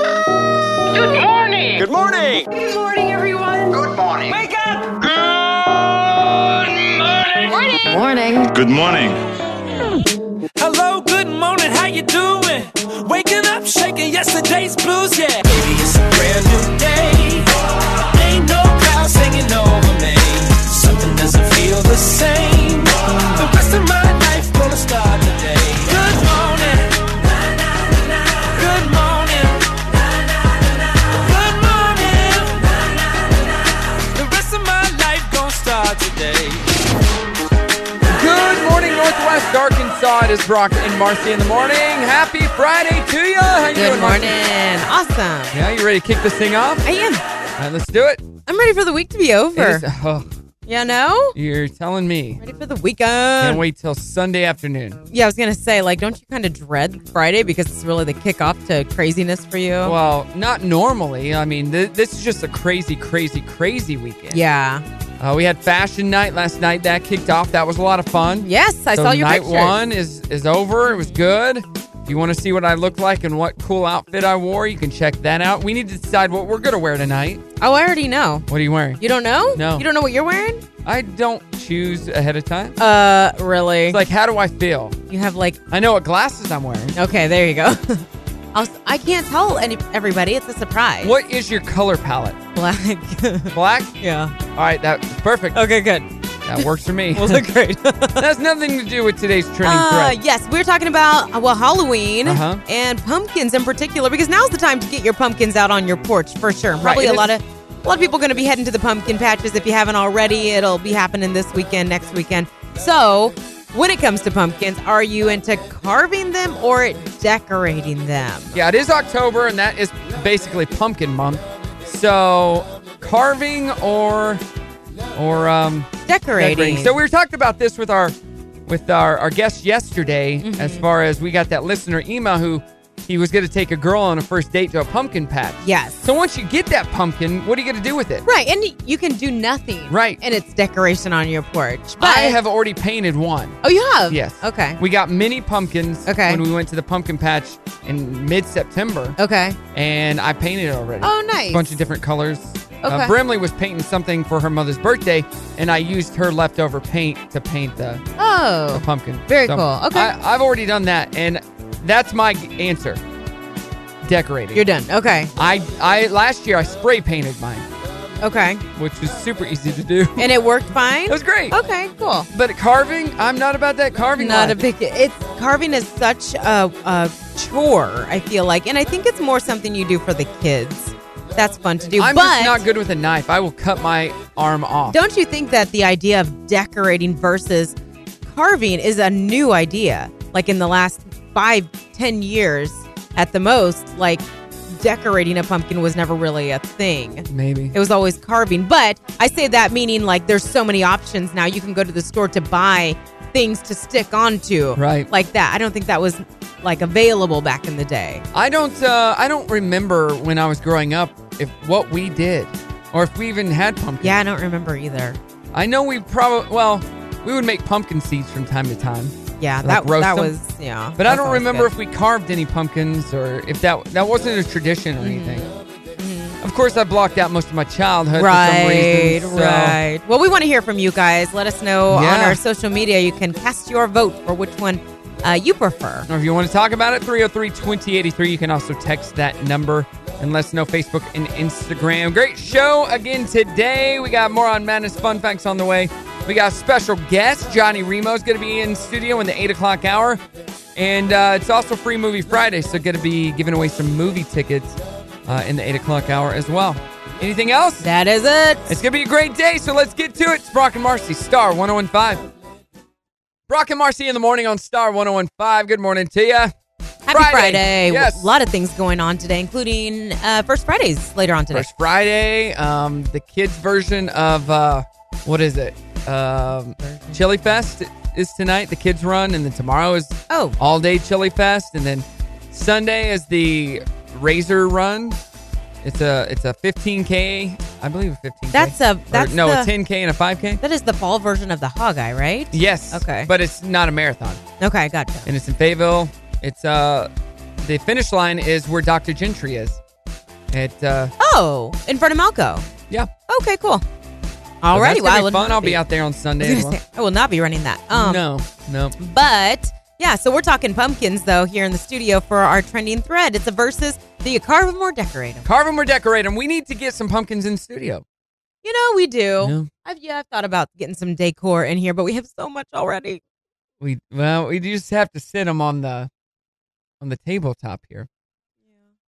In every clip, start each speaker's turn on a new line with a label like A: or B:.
A: Good morning.
B: Good morning.
C: Good morning, everyone.
A: Good morning.
C: Wake up.
A: Good morning.
D: Morning.
E: Good morning.
F: Hello, good morning, how you doing? Waking up, shaking yesterday's blues, yeah. Baby, it's a brand new day. Ain't no clouds hanging over me. Something doesn't feel the same. The rest of my life gonna start today. Good morning. Good morning. Good morning. The rest of my life gonna start today.
G: Good morning, Northwest Arkansas. It is Brock and Marcy in the morning. Happy Friday to you. How you
D: Good
G: doing,
D: morning.
G: Marcy?
D: Awesome.
G: Yeah, you ready to kick this thing off?
D: I am.
G: All right, let's do it.
D: I'm ready for the week to be over.
G: It is- oh,
D: you know?
G: you're telling me.
D: Ready for the
G: Can't
D: weekend.
G: wait till Sunday afternoon.
D: yeah, I was going to say, like, don't you kind of dread Friday because it's really the kickoff to craziness for you?
G: Well, not normally. I mean, th- this is just a crazy, crazy, crazy weekend.
D: yeah.
G: Uh, we had fashion night last night. That kicked off. That was a lot of fun.
D: Yes, I
G: so
D: saw your
G: night
D: pictures.
G: one is is over. It was good. If you want to see what I look like and what cool outfit I wore, you can check that out. We need to decide what we're gonna wear tonight.
D: Oh, I already know.
G: What are you wearing?
D: You don't know?
G: No.
D: You don't know what you're wearing?
G: I don't choose ahead of time.
D: Uh, really?
G: It's like, how do I feel?
D: you have, like,
G: I know what glasses I'm wearing.
D: okay, there you go. I, was, I can't tell any, everybody. It's a surprise.
G: What is your color palette?
D: Black.
G: Black?
D: yeah.
G: All right, that's perfect.
D: Okay, good.
G: That works for me.
D: We'll look great.
G: that has nothing to do with today's trending
D: Uh,
G: thread.
D: yes, we're talking about uh, well Halloween
G: Uh-huh.
D: and pumpkins in particular because now's the time to get your pumpkins out on your porch for sure. Probably
G: it
D: a lot
G: is-
D: of a lot of people going to be heading to the pumpkin patches if you haven't already. It'll be happening this weekend, next weekend. So, when it comes to pumpkins, are you into carving them or decorating them?
G: Yeah, it is October, and that is basically pumpkin month. So, carving or or um
D: Decorating.
G: decorating. So we were talking about this with our with our, our guest yesterday,
D: Mm-hmm.
G: as far as we got that listener email who he was going to take a girl on a first date to a pumpkin patch.
D: Yes.
G: So once you get that pumpkin, what are you going to do with it?
D: right, and y- you can do nothing.
G: Right.
D: and it's decoration on your porch. But
G: I have already painted one.
D: Oh, you have.
G: Yes.
D: Okay.
G: We got mini pumpkins
D: Okay.
G: when we went to the pumpkin patch in mid September,
D: okay.
G: and I painted it already.
D: Oh, nice.
G: A bunch of different colors.
D: Okay.
G: Uh, Brimley was painting something for her mother's birthday, and I used her leftover paint to paint the
D: Oh.
G: a pumpkin.
D: Very cool. Okay.
G: I, I've already done that, and that's my g- answer. Decorating.
D: You're done. Okay.
G: I, I last year I spray painted mine,
D: Okay.
G: which was super easy to do.
D: And it worked fine?
G: It was great.
D: Okay, cool.
G: But carving, I'm not about that carving.
D: Not a
G: life.
D: big. It's carving is such a, a chore. I feel like, and I think it's more something you do for the kids. That's fun to do.
G: I'm
D: but
G: just not good with a knife. I will cut my arm off.
D: don't you think that the idea of decorating versus carving is a new idea? Like in the last five, ten years at the most, like decorating a pumpkin was never really a thing.
G: Maybe.
D: It was always carving. But I say that meaning like there's so many options now. You can go to the store to buy things to stick onto.
G: Right.
D: Like that. I don't think that was like available back in the day.
G: I don't. Uh, I don't remember when I was growing up if what we did, or if we even had pumpkin.
D: Yeah, I don't remember either.
G: I know we probably. Well, we would make pumpkin seeds from time to time.
D: Yeah,
G: Like
D: that
G: roast
D: that
G: them?
D: was yeah.
G: But I
D: that's
G: don't
D: always
G: remember
D: good.
G: if we carved any pumpkins or if that that wasn't a tradition or anything. Of course, I blocked out most of my childhood
D: Mm-hmm. Right,
G: for some reason. so-
D: right. Well, we want to hear from you guys. Let us know on
G: Yeah.
D: our social media. You can cast your vote for which one uh, you prefer.
G: Or if you want to talk about it, 303-2083. You can also text that number and let us know Facebook and Instagram. Great show again today. We got more on Madness Fun Facts on the way. We got a special guest, Johnny Remo, is going to be in studio in the 8 o'clock hour. And uh, it's also Free Movie Friday, so going to be giving away some movie tickets uh, in the 8 o'clock hour as well. Anything else?
D: That is it.
G: It's going to be a great day, so let's get to it. It's Brock and Marcy, Star 1015. Brock and Marcy in the morning on Star 1015. Good morning to you.
D: Happy
G: Friday.
D: Friday.
G: Yes.
D: A lot of things going on today, including uh, First Fridays later on today.
G: First Friday, um, the kids' version of uh, what is it? Um, Chili Fest is tonight, the kids' run, and then tomorrow is
D: Oh.
G: all day Chili Fest, and then Sunday is the Razor Run. It's a it's a 15k, I believe a 15k.
D: That's a-
G: Or
D: that's
G: no
D: the-
G: a 10k and a 5k.
D: That is the fall version of the Hawkeye, right?
G: Yes.
D: Okay.
G: But it's not a marathon,
D: Okay, gotcha.
G: and it's in Fayetteville. It's uh the finish line is where Dr. Gentry is. It uh,
D: Oh, in front of Malco.
G: yeah.
D: Okay, cool.
G: So
D: Alrighty, well,
G: that's gonna
D: I
G: be
D: will
G: fun.
D: not
G: I'll be out there on
D: I
G: Sunday.
D: was
G: as
D: gonna
G: well.
D: say, I will not be running that. Um,
G: no, no.
D: But yeah, so we're talking pumpkins though here in the studio for our trending thread. It's a versus do you carve them or decorate them?
G: Carve them or decorate them. We need to get some pumpkins in studio.
D: You know we do.
G: No.
D: I've yeah, I've thought about getting some decor in here, but we have so much already.
G: We well, we just have to sit them on the on the tabletop here.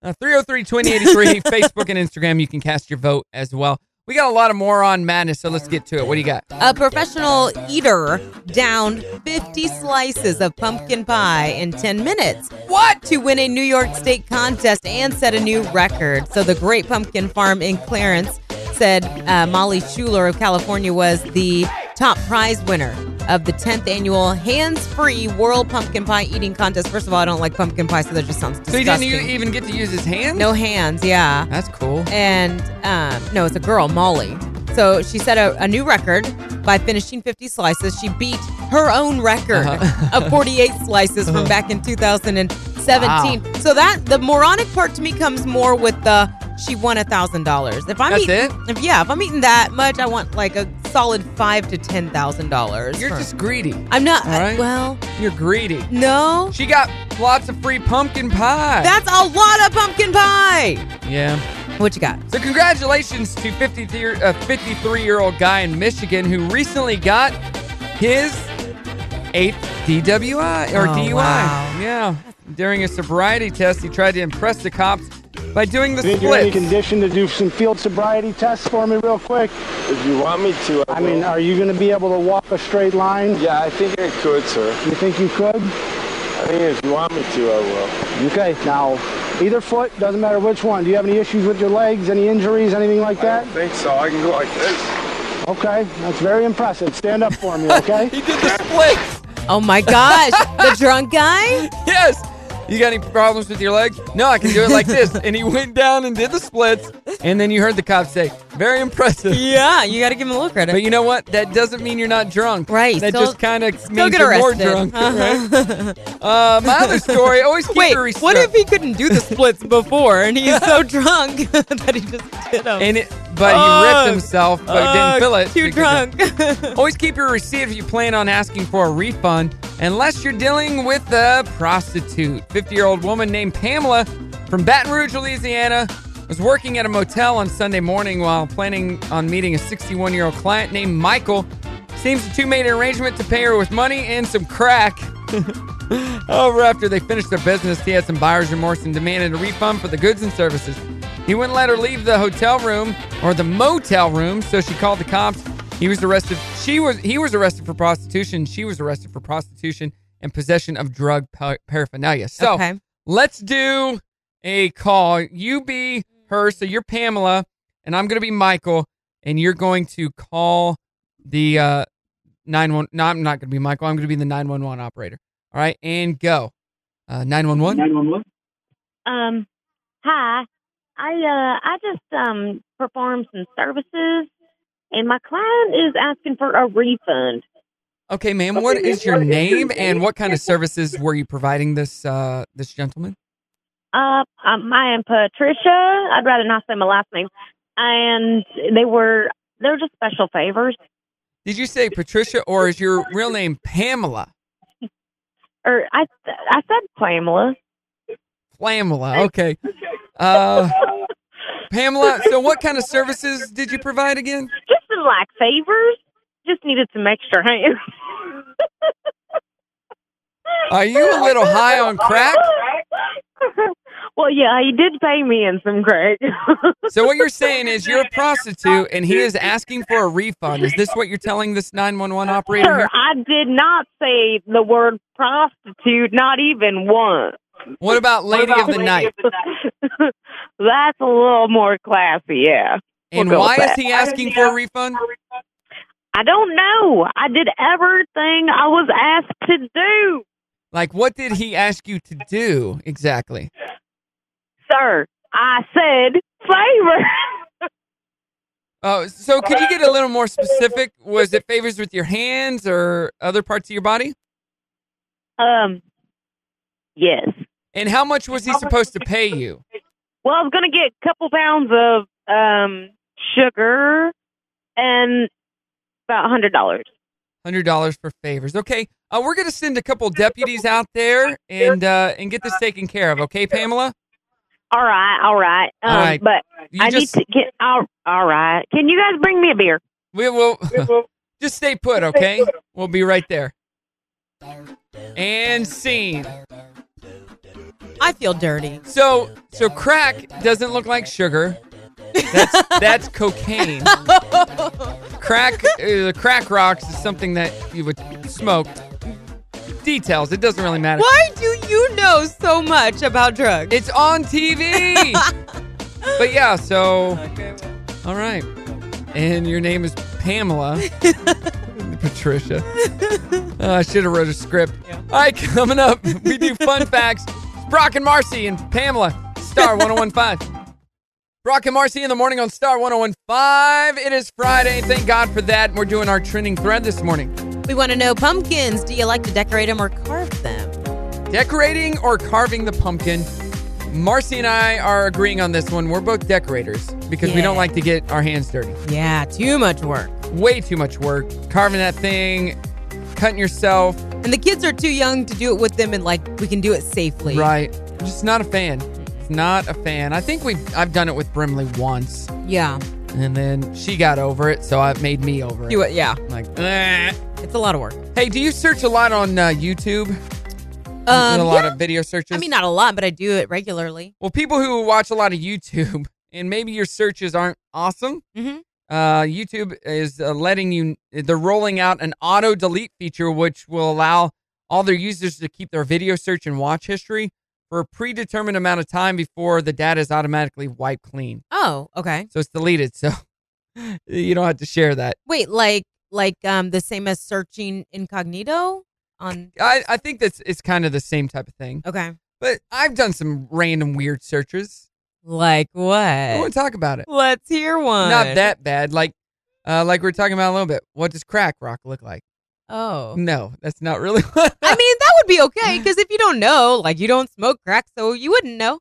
G: Uh, 303-2083, Facebook and Instagram. You can cast your vote as well. We got a lot of more on madness, so let's get to it. What do you got?
D: A professional eater downed 50 slices of pumpkin pie in 10 minutes. What? To win a New York State contest and set a new record. So, the Great Pumpkin Farm in Clarence said uh, Molly Schuler of California was the top prize winner of the 10th annual hands free World Pumpkin Pie Eating Contest. First of all, I don't like pumpkin pie, so that just sounds
G: So he
D: disgusting.
G: didn't u- even get to use his hand?
D: no hands, yeah
G: That's cool.
D: and um, no, it's a girl, Molly. So she set a, a new record by finishing 50 slices. She beat her own record
G: Uh-huh.
D: of 48 slices from back in 2017. So that the moronic part to me comes more with the she won a thousand dollars. If I'm
G: That's
D: eating,
G: it?
D: if yeah, if I'm eating that much, I want like a solid five to ten thousand dollars.
G: You're just greedy.
D: I'm not.
G: All right.
D: well,
G: You're greedy.
D: no,
G: She got lots of free pumpkin pie.
D: that's a lot of pumpkin pie.
G: yeah.
D: What you got?
G: So congratulations to 53 uh, 53 year old guy in Michigan who recently got his eighth DWI or
D: Oh,
G: DUI.
D: wow.
G: Yeah. During a sobriety test, he tried to impress the cops by doing the
A: Think you're in
G: split.
A: condition to do some field sobriety tests for me real quick?
B: If you want me to, I, uh,
A: I mean,
B: will.
A: are you going to be able to walk a straight line?
B: yeah, I think I could, sir.
A: You think you could?
B: I mean, if you want me to, I will.
A: Okay. Now, either foot, doesn't matter which one. Do you have any issues with your legs, any injuries, anything like
B: I
A: that?
B: don't think so. I can go like this.
A: Okay. That's very impressive. Stand up for me, okay?
G: He did the split.
D: Oh my gosh, the drunk guy.
G: Yes. You got any problems with your legs? No, I can do it like this. And he went down and did the splits. And then you heard the cops say, very impressive.
D: Yeah, you got to give him a little credit.
G: But you know what? That doesn't mean you're not drunk.
D: Right,
G: That
D: still-
G: just kind of
D: Go
G: means
D: get
G: you're more
D: arrested.
G: drunk. Right?
D: Uh-huh.
G: Uh, my other story. Always keep
D: Wait,
G: it
D: what
G: restrict-
D: if he couldn't do the splits before and he's so drunk that he just did them?
G: And it, but he
D: Ugh.
G: ripped himself, but didn't feel it.
D: Too
G: because
D: Oh, uh, drunk.
G: of- Always keep your receipt if you plan on asking for a refund, unless you're dealing with a prostitute. 50 year old woman named Pamela from Baton Rouge, Louisiana, was working at a motel on Sunday morning while planning on meeting a 61 year old client named Michael. Seems the two made an arrangement to pay her with money and some crack. However, after they finished their business, he had some buyer's remorse and demanded a refund for the goods and services. He wouldn't let her leave the hotel room or the motel room, so she called the cops. He was arrested. She was he was arrested for prostitution. She was arrested for prostitution and possession of drug par- paraphernalia. So
D: Okay.
G: let's do a call. You be her, so you're Pamela, and I'm gonna be Michael, and you're going to call the uh nine one. No, I'm not gonna be Michael. I'm gonna be the nine one one operator. All right, and go. Uh, 911.
C: Um, hi. I uh, I just um performed some services, and my client is asking for a refund.
G: Okay, ma'am. What is your name and what kind of services were you providing this uh, this gentleman?
C: Uh, um, I am Patricia. I'd rather not say my last name. And they were they're just special favors,
G: Did you say Patricia or is your real name Pamela?
C: or I I said Pamela.
G: Pamela. Okay. Uh, Pamela. So, what kind of services did you provide again?
C: Just some like favors. Just needed some extra hands.
G: Are you a little high on crack?
C: well, yeah, he did pay me in some crack.
G: So, what you're saying is you're a prostitute and he is asking for a refund. Is this what you're telling this 911 operator?
C: Sir,
G: Here?
C: I did not say the word prostitute, not even once.
G: What about Lady of the Night?
C: That's a little more classy, yeah.
G: And
C: go with
G: why is
C: that.
G: he asking for a refund?
C: I don't know. I did everything I was asked to do,
G: Like, what did he ask you to do exactly?
C: sir. I said favor.
G: Oh, so could you get a little more specific? Was it favors with your hands or other parts of your body?
C: Um, yes.
G: And how much was he supposed to pay you?
C: Well, I was going to get a couple pounds of um, sugar and about a hundred dollars.
G: Hundred dollars for favors. Okay, uh, we're gonna send a couple deputies out there and uh, and get this taken care of. Okay, Pamela.
C: All right, all right. Um,
G: All right.
C: But
G: You
C: I
G: just
C: need to get. All, all right. Can you guys bring me a beer?
G: we will just stay put. Okay, we'll be right there. And scene.
D: I feel dirty.
G: So so crack doesn't look like sugar. That's that's cocaine. crack uh, the crack rocks is something that you would smoke. Details. It doesn't really matter.
D: Why do you know so much about drugs?
G: It's on TV. but yeah, so all right. And your name is Pamela. Patricia. Oh, I should have wrote a script. All right, coming up, we do fun facts. It's Brock and Marcy and Pamela, Star 1015. Brock and Marcy in the morning on Star 1015. It is Friday. Thank God for that. We're doing our trending thread this morning.
D: we want to know pumpkins. Do you like to decorate them or carve them?
G: Decorating or carving the pumpkin? Marcy and I are agreeing on this one. We're both decorators because we
D: Yeah.
G: don't like to get our hands dirty.
D: Yeah, too much work.
G: Way too much work. Carving that thing, cutting yourself.
D: And the kids are too young to do it with them, and like we can do it safely.
G: Right. I'm just not a fan. Not a fan. I think we I've done it with Brimley once.
D: Yeah.
G: And then she got over it, so it made me over it.
D: Do it. Yeah.
G: I'm like, eh.
D: It's a lot of work.
G: hey, do you search a lot on uh, YouTube? You do a lot
D: Um, yeah.
G: of video searches.
D: I mean, not a lot, but I do it regularly.
G: Well, people who watch a lot of YouTube and maybe your searches aren't awesome,
D: Mhm.
G: uh, YouTube is uh, letting you, they're rolling out an auto delete feature, which will allow all their users to keep their video search and watch history for a predetermined amount of time before the data is automatically wiped clean.
D: Oh, okay.
G: So it's deleted. So you don't have to share that.
D: Wait, like like um the same as searching incognito on.
G: I, I think that's it's kind of the same type of thing.
D: Okay.
G: But I've done some random weird searches.
D: Like
G: I
D: what?
G: want to talk about it.
D: Let's hear one.
G: not that bad. Like, uh, like we are talking about a little bit. What does crack rock look like?
D: Oh.
G: No, that's not really. What
D: I mean, that would be okay because if you don't know, like you don't smoke crack, so you wouldn't know.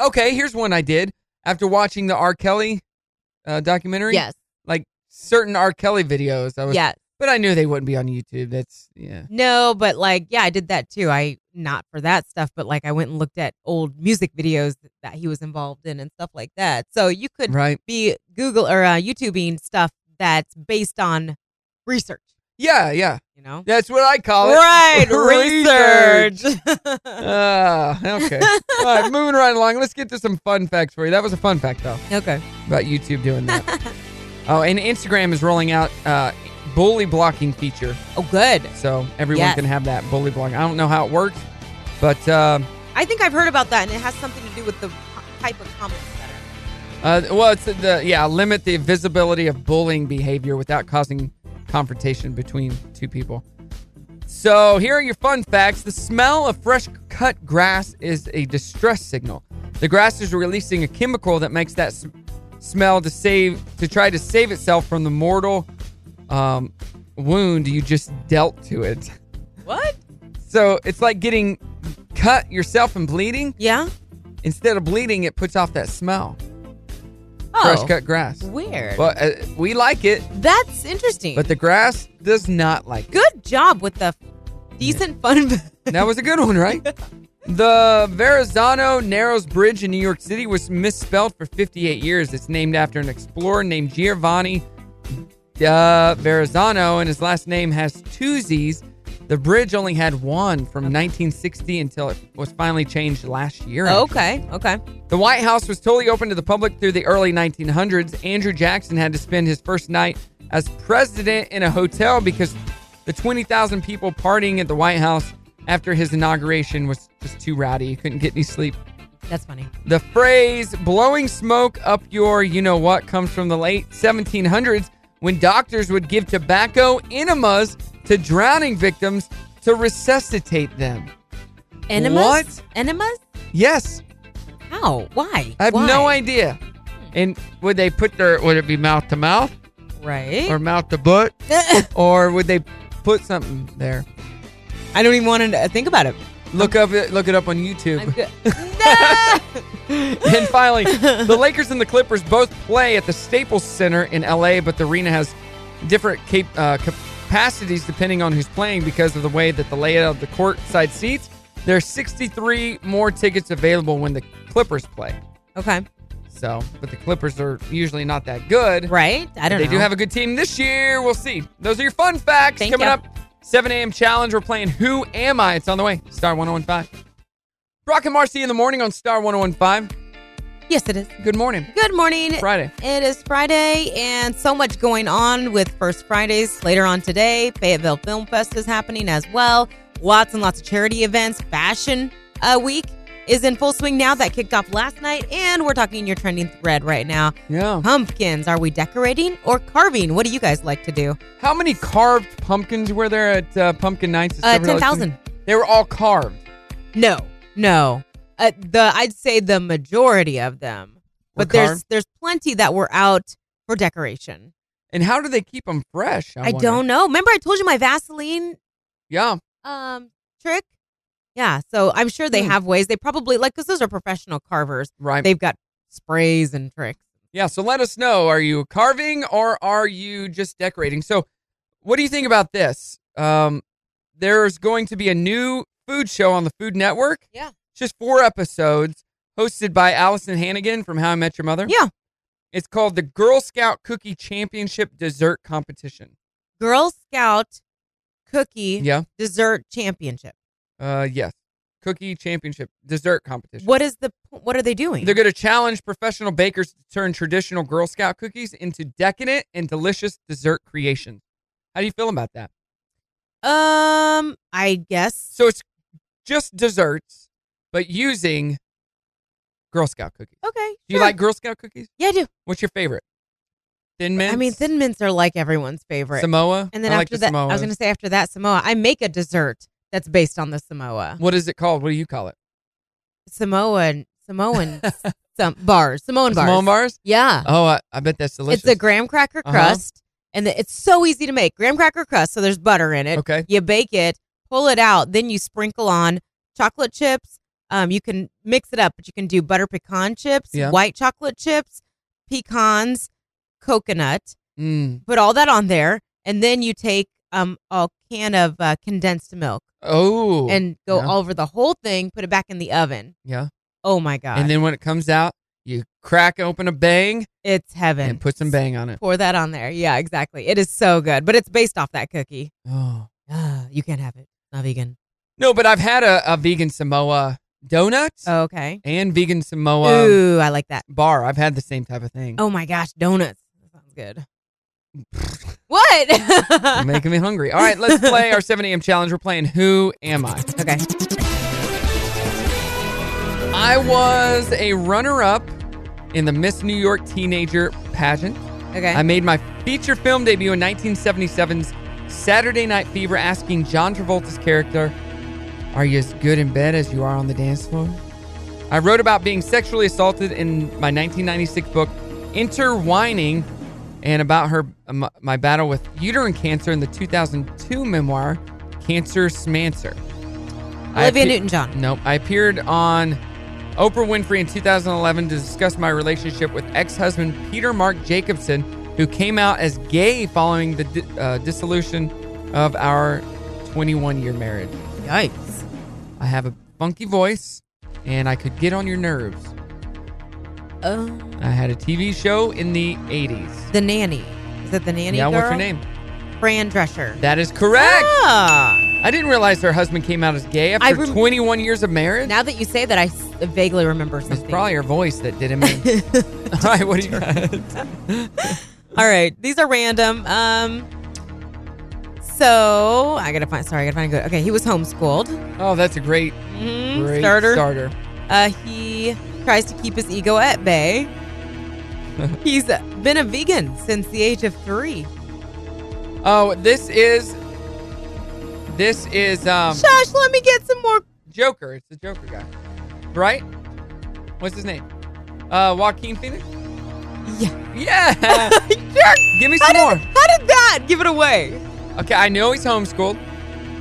G: okay, here's one I did after watching the R. Kelly uh, documentary.
D: Yes.
G: like certain R. Kelly videos. I was,
D: Yes.
G: but I knew they wouldn't be on YouTube. That's yeah.
D: No, but like, yeah, I did that too. I not for that stuff, but like, I went and looked at old music videos that he was involved in and stuff like that. So you could
G: Right.
D: be Google or uh, YouTubing stuff that's based on research.
G: Yeah, yeah.
D: You know,
G: That's what I call it.
D: right?
G: Research.
D: Oh, research.
G: Ah, okay. All right, moving right along. Let's get to some fun facts for you. That was a fun fact though
D: okay.
G: about YouTube doing that. oh, and Instagram is rolling out uh, bully blocking feature.
D: Oh, good.
G: So everyone
D: Yes.
G: can have that bully blog. I don't know how it works, but uh,
D: I think I've heard about that, and it has something to do with the type of comments that are.
G: uh, well, it's the yeah limit the visibility of bullying behavior without causing confrontation between two people. So here are your fun facts. The smell of fresh cut grass is a distress signal. The grass is releasing a chemical that makes that s- smell to save to try to save itself from the mortal um, wound you just dealt to it.
D: What?
G: So it's like getting cut yourself and bleeding.
D: Yeah.
G: Instead of bleeding, it puts off that smell.
D: Oh,
G: Fresh cut grass.
D: weird.
G: Well, uh, we like it,
D: That's interesting.
G: but the grass does not like it.
D: good job with the decent fun.
G: That was a good one, right? The Verrazano Narrows Bridge in New York City was misspelled for 58 years. It's named after an explorer named Giovanni uh, Verrazano, and his last name has two Z's. The bridge only had one from 1960 until it was finally changed last year.
D: Oh, okay. Okay.
G: The White House was totally open to the public through the early 1900s. Andrew Jackson had to spend his first night as president in a hotel because the 20,000 people partying at the White House after his inauguration was just too rowdy. He couldn't get any sleep.
D: That's funny.
G: The phrase blowing smoke up your you know what comes from the late 1700s when doctors would give tobacco enemas to drowning victims to resuscitate them.
D: Enemas?
G: What?
D: Enemas?
G: Yes,
D: How? Why?
G: I have
D: Why?
G: no idea. And would they put their would it be mouth to mouth
D: Right?
G: or mouth to butt or would they put something there?
D: I don't even want to uh, think about it.
G: Look up it. Look it up on YouTube.
D: I'm good. No!
G: and finally, the Lakers and the Clippers both play at the Staples Center in LA, but the arena has different cap- uh, capacities depending on who's playing because of the way that the layout of the courtside seats. There are 63 more tickets available when the Clippers play.
D: okay.
G: So, but the Clippers are usually not that good.
D: Right? I don't
G: They
D: know.
G: do have a good team this year. We'll see. Those are your fun facts
D: Thank
G: coming
D: ya.
G: up. 7 a.m. challenge. We're playing Who Am I? It's on the way. Star 1015. Brock and Marcy in the morning on Star 1015.
D: yes, it is.
G: Good morning.
D: Good morning.
G: Friday.
D: It is Friday, and so much going on with First Fridays later on today. Fayetteville Film Fest is happening as well. Lots and lots of charity events. Fashion uh, Week is in full swing now. That kicked off last night, and we're talking your trending thread right now.
G: Yeah.
D: Pumpkins. Are we decorating or carving? What do you guys like to do?
G: How many carved pumpkins were there at uh, Pumpkin Nights? at
D: Uh,
G: Silver Lake?
D: 10,000.
G: They were all carved.
D: No, no. Uh, the I'd say the majority of them,
G: Were
D: but there's
G: carved?
D: there's plenty that were out for decoration.
G: And how do they keep them fresh?
D: I,
G: wonder?
D: don't know. Remember, I told you my Vaseline
G: Yeah.
D: um trick. Yeah, so I'm sure they
G: Hmm.
D: have ways. They probably like because those are professional carvers.
G: Right.
D: They've got sprays and tricks.
G: Yeah, so let us know. Are you carving or are you just decorating? So, what do you think about this? Um, there's going to be a new food show on the Food Network.
D: Yeah.
G: It's just four episodes hosted by Allison Hannigan from How I Met Your Mother.
D: Yeah.
G: It's called the Girl Scout Cookie Championship Dessert Competition.
D: Girl Scout cookie
G: Yeah.
D: dessert championship.
G: Uh, yes. Cookie Championship Dessert Competition.
D: What is the what are they doing?
G: They're going to challenge professional bakers to turn traditional Girl Scout cookies into decadent and delicious dessert creations. How do you feel about that?
D: um, I guess
G: So it's just desserts, but using Girl Scout cookies.
D: okay.
G: Do you
D: sure.
G: like Girl Scout cookies?
D: Yeah, I do.
G: What's your favorite? Thin mints.
D: I mean, thin mints are like everyone's favorite.
G: Samoa.
D: and then after
G: I like the
D: that,
G: Samoa.
D: I was going to say after that Samoa, I make a dessert that's based on the Samoa,
G: What is it called? What do you call it?
D: Samoan, Samoan, some bars, Samoan bars.
G: Samoan bars.
D: Yeah,
G: Oh, I, I bet that's delicious.
D: it's a graham cracker
G: Uh-huh.
D: crust, and the, it's so easy to make. Graham cracker crust, so there's butter in it.
G: Okay.
D: You bake it, pull it out, then you sprinkle on chocolate chips. Um, you can mix it up, but you can do butter pecan chips,
G: Yeah.
D: white chocolate chips, pecans, coconut.
G: Mm.
D: put all that on there, and then you take um a can of uh, condensed milk
G: Oh.
D: and go
G: yeah.
D: all over the whole thing. Put it back in the oven.
G: yeah.
D: Oh my god!
G: And then when it comes out, you crack open a bang
D: it's heaven.
G: and put some bang on it.
D: Pour that on there. Yeah, exactly. It is so good, but it's based off that cookie.
G: Oh.
D: Ah, you can't have it. Not vegan.
G: No, but I've had a, a vegan Samoa donut
D: Okay.
G: and vegan Samoa
D: Ooh, I like that.
G: bar. I've had the same type of thing.
D: Oh my gosh, donuts. That sounds good. what?
G: You're making me hungry. All right, let's play our 7 a.m. challenge. We're playing Who Am I?
D: okay.
G: I was a runner up in the Miss New York Teenager pageant.
D: Okay.
G: I made my feature film debut in 1977's Saturday Night Fever, asking John Travolta's character, Are you as good in bed as you are on the dance floor? I wrote about being sexually assaulted in my 1996 book, Interwining, and about her my, my battle with uterine cancer in the 2002 memoir, Cancer Smancer. I
D: Olivia
G: appe-
D: Newton-John.
G: Nope. I appeared on Oprah Winfrey in 2011 to discuss my relationship with ex husband Peter Mark Jacobson, who came out as gay following the di- uh, dissolution of our 21 year marriage.
D: Yikes.
G: I have a funky voice and I could get on your nerves.
D: Oh,
G: I had a TV show in the 80s.
D: the nanny. Is that the nanny
G: yeah,
D: girl?
G: what's her name?
D: Fran Drescher.
G: That is correct.
D: Ah.
G: I didn't realize her husband came out as gay
D: I
G: after
D: rem-
G: 21 years of marriage.
D: Now that you say that, I s- vaguely remember
G: it's
D: something.
G: probably her voice that did him in. All right, what do you got?
D: All right, these are random. Um, so I gotta find. Sorry, I gotta find a good. Okay, he was homeschooled.
G: Oh, that's a great,
D: Mhm,
G: great
D: starter.
G: starter.
D: Uh, he tries to keep his ego at bay. He's been a vegan since the age of three.
G: Oh, this is this is um
D: Shush, let me get some more.
G: Joker. It's the Joker guy. Right? What's his name? Uh Joaquin Phoenix?
D: Yeah.
G: Yeah. Give me
D: How
G: some
D: did,
G: more.
D: how did that give it away?
G: Okay, I know he's homeschooled.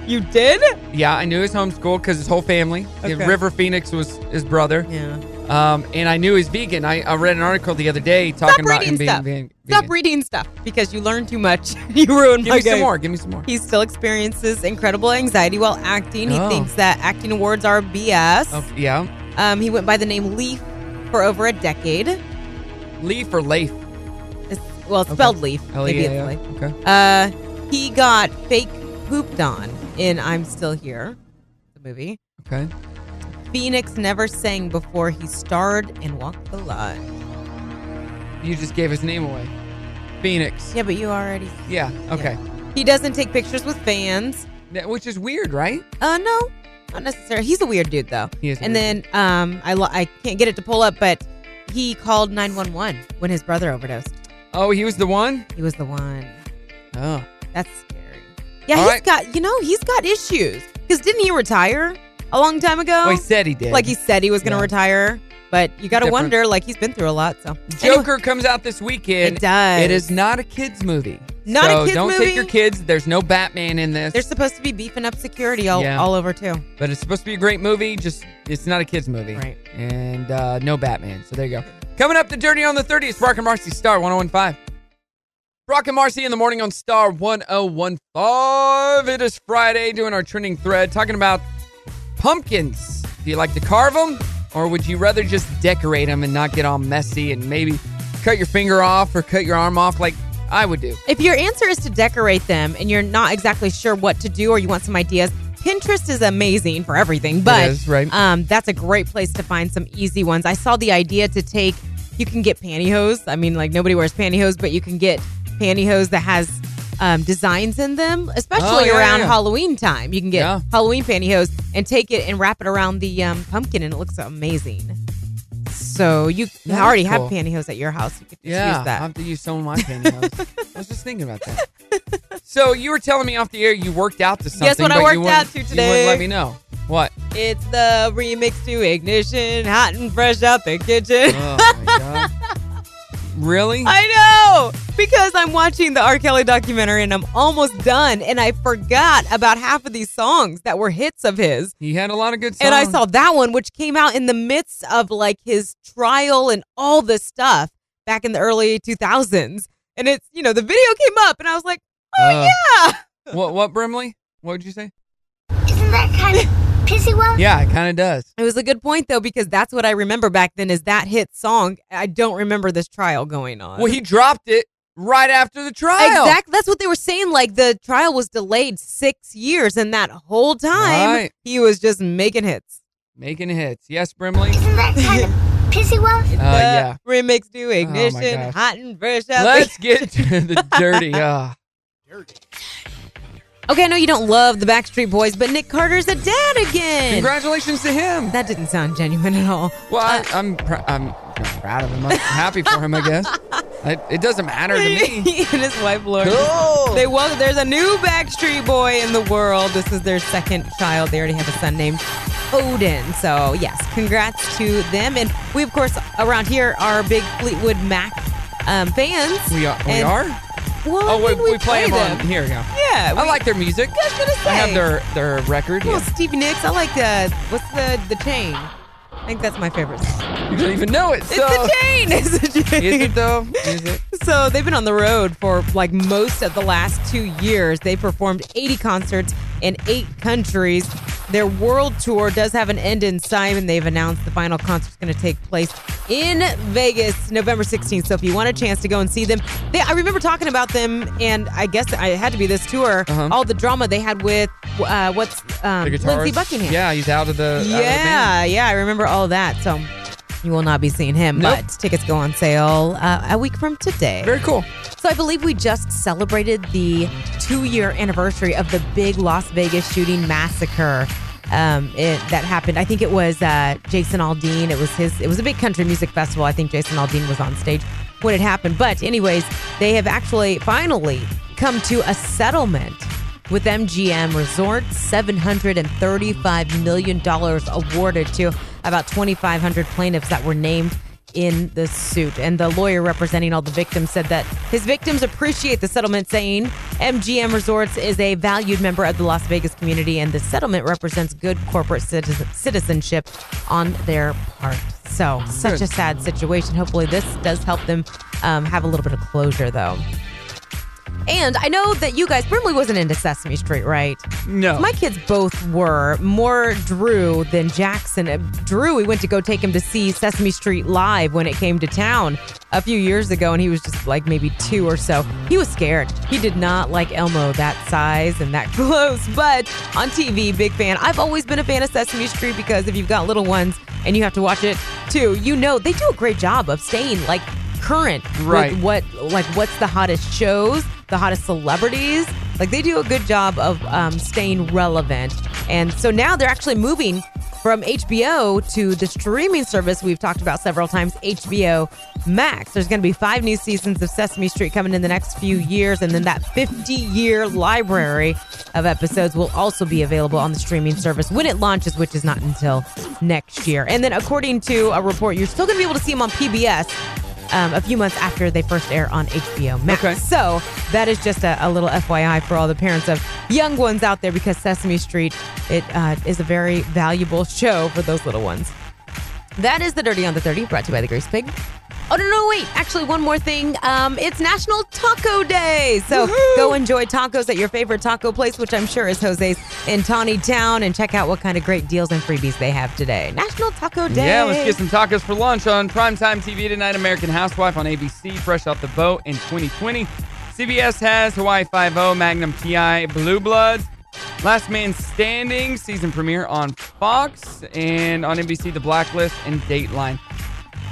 D: You did?
G: Yeah, I knew he was homeschooled because his whole family.
D: Okay.
G: River Phoenix was his brother.
D: Yeah.
G: Um, and I knew he's vegan. I, I read an article the other day talking about him
D: reading
G: being
D: stuff.
G: vegan.
D: Stop
G: vegan.
D: reading stuff because you learn too much. you ruined
G: Give
D: my
G: me some
D: game.
G: more. Give me some more.
D: He still experiences incredible anxiety while acting. He
G: Oh.
D: thinks that acting awards are BS.
G: Oh, yeah.
D: Um, he went by the name Leaf for over a decade.
G: Leaf or Leaf?
D: It's, well, it's
G: Okay.
D: spelled Leaf. Maybe it's
G: L-E-A-F.
D: Leaf.
G: Okay.
D: Uh, he got fake pooped on in I'm Still Here, the movie.
G: Okay.
D: Phoenix never sang before he starred and walked the line.
G: You just gave his name away. Phoenix.
D: Yeah, but you already.
G: Yeah. Okay.
D: He doesn't take pictures with fans.
G: That- which is weird, right?
D: Uh, no, not necessarily. He's a weird dude though.
G: He is a
D: And
G: weird
D: then um, I lo- I can't get it to pull up, but he called 911 when his brother overdosed.
G: Oh, he was the one?
D: He was the one.
G: Oh.
D: That's scary. Yeah,
G: All
D: he's
G: right.
D: got you know he's got issues because didn't he retire a long time ago?
G: Well, Oh, he said he did.
D: like he said he was going to
G: Yeah.
D: retire, but you got to
G: Different.
D: wonder. Like he's been through a lot, so Anyway,
G: Joker comes out this weekend.
D: it does.
G: It is not a kids movie.
D: Not a
G: so
D: kids
G: don't
D: movie.
G: take your kids. There's no Batman in this.
D: They're supposed to be beefing up security all,
G: Yeah.
D: all over too.
G: but it's supposed to be a great movie. Just it's not a kids movie.
D: Right.
G: And uh, no Batman. So there you go. Coming up, the Dirty on the 30th. Brock and Marcy Star 1015. Brock and Marcy in the morning on Star 1015. It is Friday, doing our trending thread, talking about pumpkins. Do you like to carve them, or would you rather just decorate them and not get all messy and maybe cut your finger off or cut your arm off like I would do?
D: If your answer is to decorate them and you're not exactly sure what to do or you want some ideas, Pinterest is amazing for everything, but
G: is, right.
D: um, that's a great place to find some easy ones. I saw the idea to take, you can get pantyhose. I mean, like nobody wears pantyhose, but you can get pantyhose that has um, designs in them, especially
G: Oh, yeah,
D: around
G: yeah.
D: Halloween time. You can get
G: Yeah.
D: Halloween pantyhose and take it and wrap it around the um, pumpkin, and it looks amazing. So you
G: That is
D: already have
G: cool.
D: pantyhose at your house. You could just
G: Yeah,
D: use
G: I
D: that.
G: have to use some of my pantyhose. I was just thinking about that. So you were telling me off the air you worked out to something.
D: what I
G: but you
D: worked
G: wouldn't-
D: out to
G: you wouldn't
D: today?
G: let me know what.
D: It's the remix to Ignition, hot and fresh out the kitchen.
G: Oh my god! Really?
D: I know because I'm watching the R. Kelly documentary and I'm almost done, and I forgot about half of these songs that were hits of his.
G: he had a lot of good songs.
D: And I saw that one, which came out in the midst of like his trial and all this stuff back in the early 2000s. And it's, you know, the video came up, and I was like,
G: Oh
D: ah.
G: yeah. What? What? Brimley? What would you say?
E: Isn't that kind of pissy well?
G: Yeah, it kind of does.
D: It was a good point, though, because that's what I remember back then is that hit song. I don't remember this trial going on.
G: Well, he dropped it right after the trial.
D: Exactly. That's what they were saying. Like the trial was delayed six years, and that whole time
G: Right.
D: he was just making hits.
G: Making hits. Yes, Brimley. Uh,
E: Isn't that kind of pissy well?
D: Oh
G: yeah. Oh
D: Remix do ignition,
G: gosh.
D: hot and fresh out.
G: Let's get to the dirty. Uh,
D: okay, I know you don't love the Backstreet Boys, but Nick Carter's a dad again.
G: congratulations to him.
D: that didn't sound genuine at all.
G: Well, I,
D: Uh,
G: I'm pr- I'm proud of him. I'm happy for him. I guess. It, it doesn't matter to
D: Uh,
G: me.
D: He and his wife Lori. They welcome. There's a new Backstreet Boy in the world. This is their second child. They already have a son named Odin. So yes, congrats to them. And we, of course, around here are big Fleetwood Mac um, fans.
G: We are. We
D: And-
G: are.
D: Well,
G: Oh, we,
D: did
G: we, play, them on. Here we go.
D: Yeah,
G: I
D: we-
G: like their music.
D: I was gonna say.
G: I have their their record.
D: Well,
G: Yeah.
D: Stevie Nicks. I like the what's the the chain. I think that's my favorite. song.
G: You don't even know it.
D: It's
G: So
D: the chain. It's the chain.
G: is it though? Is it?
D: So they've been on the road for like most of the last two years. They performed 80 concerts in eight countries. Their world tour does have an end in sight, and they've announced the final concert's going to take place in Vegas, November 16th. So if you want a chance to go and see them, they, I remember talking about them, and I guess I had to be this tour.
G: Uh-huh.
D: All the drama they had with uh, what's um,
G: The guitarist?
D: Lindsey Buckingham.
G: Yeah, he's out of the. out of the band.
D: Yeah, yeah, I remember all that. So you will not be seeing him,
G: Nope.
D: but tickets go on sale uh, a week from today.
G: Very cool.
D: So I believe we just celebrated the two-year anniversary of the big Las Vegas shooting massacre um, it, that happened. I think it was uh, Jason Aldean. It was his. It was a big country music festival. I think Jason Aldean was on stage when it happened. But anyways, they have actually finally come to a settlement with MGM Resort. Seven hundred and thirty-five million dollars awarded to about twenty-five hundred plaintiffs that were named in the suit. And the lawyer representing all the victims said that his victims appreciate the settlement, saying MGM Resorts is a valued member of the Las Vegas community, and the settlement represents good corporate citizen- citizenship on their part. So, such a sad situation. Hopefully, this does help them um, have a little bit of closure, though. And I know that you guys, Brimley wasn't into Sesame Street, right?
G: No.
D: My kids both were more Drew than Jackson. Uh, Drew, we went to go take him to see Sesame Street live when it came to town a few years ago, and he was just like maybe two or so. He was scared. He did not like Elmo that size and that close, but on TV, big fan. I've always been a fan of Sesame Street because if you've got little ones and you have to watch it too, you know they do a great job of staying like current with
G: Right.
D: what like what's the hottest shows, the hottest celebrities. Like they do a good job of um, staying relevant. And so now they're actually moving from HBO to the streaming service we've talked about several times, HBO Max. There's going to be five new seasons of Sesame Street coming in the next few years, and then that 50 year library of episodes will also be available on the streaming service when it launches, which is not until next year. And then, according to a report, you're still going to be able to see them on PBS um, a few months after they first air on HBO Max.
G: Okay.
D: So that is just a, a little FYI for all the parents of young ones out there because Sesame Street it uh, is a very valuable show for those little ones. That is the Dirty on the 30, brought to you by the Grease Pig. Oh, no, no, wait. Actually, one more thing. Um, it's National Taco Day. So go enjoy tacos at your favorite taco place, which I'm sure is Jose's in Tawny Town, and check out what kind of great deals and freebies they have today. National Taco Day.
G: Yeah, let's get some tacos for lunch on primetime TV tonight. American Housewife on ABC, Fresh Off the Boat in 2020. CBS has Hawaii Five-O, Magnum TI, Blue Bloods. Last Man Standing season premiere on Fox and on NBC The Blacklist and Dateline.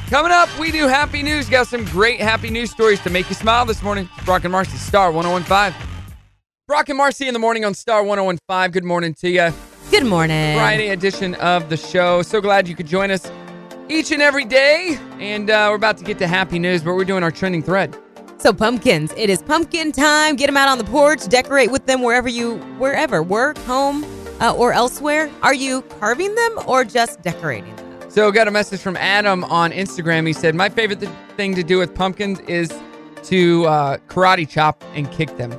G: Coming up, we do happy news. Got some great happy news stories to make you smile this morning. It's Brock and Marcy, Star 1015. Brock and Marcy in the morning on Star 1015. Good morning to you.
D: Good morning.
G: Friday edition of the show. So glad you could join us each and every day. And uh, we're about to get to happy news, but we're doing our trending thread.
D: So pumpkins, it is pumpkin time. Get them out on the porch, decorate with them wherever you, wherever, work, home, uh, or elsewhere. Are you carving them or just decorating them?
G: So got a message from Adam on Instagram. He said, "My favorite th- thing to do with pumpkins is to uh, karate chop and kick them.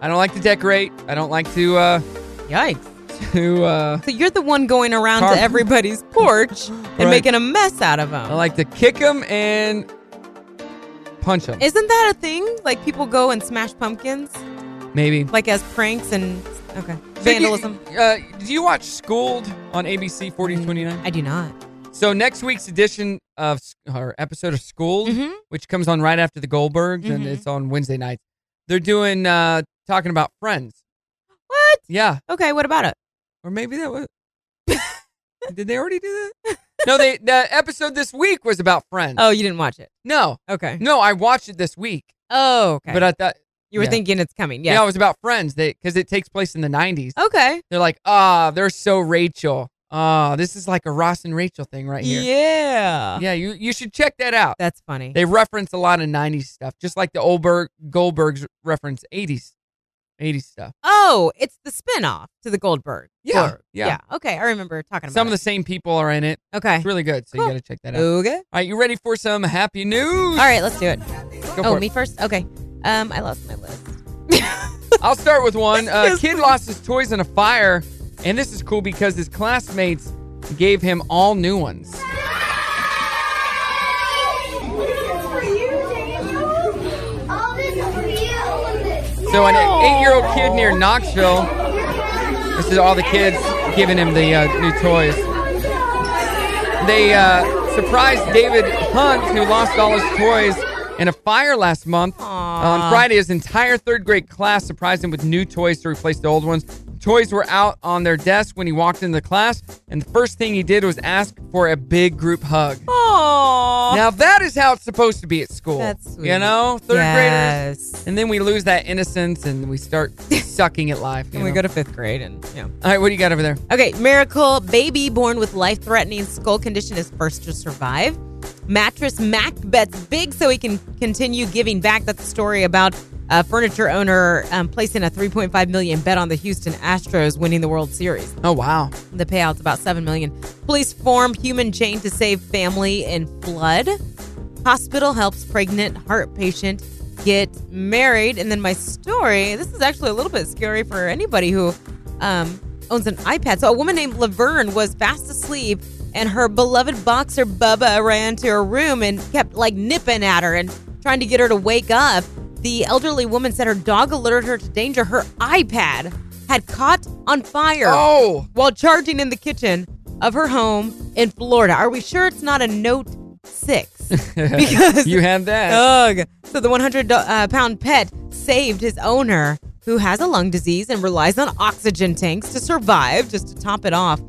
G: I don't like to decorate. I don't like to uh,
D: Yikes!
G: to uh,
D: So you're the one going around
G: Carve-
D: to everybody's porch and
G: Right.
D: making a mess out of them.
G: I like to kick them and punch them.
D: Isn't that a thing? Like people go and smash pumpkins,
G: Maybe
D: like as pranks and okay,
G: Vicky,
D: vandalism.
G: uh, do you watch Schooled on ABC 4029?
D: I do not.
G: So next week's edition of or episode of School,
D: Mhm.
G: which comes on right after the Goldbergs, and
D: Mhm.
G: it's on Wednesday nights. They're doing uh talking about Friends.
D: What?
G: Yeah,
D: Okay, what about it?
G: or maybe that was. Did they already do that? No, they the episode this week was about Friends.
D: Oh, you didn't watch it.
G: no,
D: Okay.
G: no, I watched it this week,
D: Oh, okay.
G: but I thought
D: you were
G: yeah.
D: thinking it's coming.
G: yeah,
D: Yeah. Oh.
G: it was about Friends. They because it takes place in the '90s.
D: Okay.
G: They're like, ah, they're so Rachel. Ah, this is like a Ross and Rachel thing right here.
D: Yeah.
G: yeah you you should check that out.
D: That's funny.
G: They reference a lot of 90s stuff, just like the Oldberg Goldbergs reference 80s 80s stuff.
D: Oh, it's the spinoff to the Goldberg.
G: Yeah,
D: Or-
G: yeah.
D: Okay, I remember talking about
G: Some of the same people are in it.
D: the okay.
G: It's really good, so
D: Cool.
G: you got to check that out.
D: Okay.
G: All right, you ready for some happy news?
D: All right, let's do it.
G: Go
D: oh,
G: for it.
D: me first. Okay. Um, I lost my list.
G: I'll start with one. Uh,
D: Yes,
G: kid lost his toys in a fire, and this is cool because his classmates gave him all new ones. So an eight-year-old kid near Knoxville. This is all the kids giving him the uh, new toys. They uh, surprised David Hunt, who lost all his toys in a fire last month. Uh, On Friday, his entire third grade class surprised him with new toys to replace the old ones. Toys were out on their desk when he walked into the class, and the first thing he did was ask for a big group hug.
D: Oh.
G: Now that is how it's supposed to be at school.
D: That's sweet.
G: You know, third graders.
D: yes.
G: And then we lose that innocence and we start sucking at life. you
D: And we
G: know?
D: go to fifth grade and yeah.
G: All right, what do you got over there?
D: Okay, miracle baby born with life threatening skull condition is first to survive. Mattress Mac bets big so he can continue giving back. That's a story about a furniture owner um, placing a 3.5 million bet on the Houston Astros winning the World Series.
G: Oh, wow.
D: The payout's about seven million. Police form human chain to save family in flood. Hospital helps pregnant heart patient get married. And then my story this is actually a little bit scary for anybody who um, owns an iPad. So a woman named Laverne was fast asleep. And her beloved boxer Bubba ran to her room and kept like nipping at her and trying to get her to wake up. The elderly woman said her dog alerted her to danger. Her iPad had caught on fire
G: Oh,
D: while charging in the kitchen of her home in Florida. Are we sure it's not a Note 6? Because,
G: you had that.
D: ugh. So the 100 uh, pound pet saved his owner, who has a lung disease and relies on oxygen tanks to survive, just to top it off.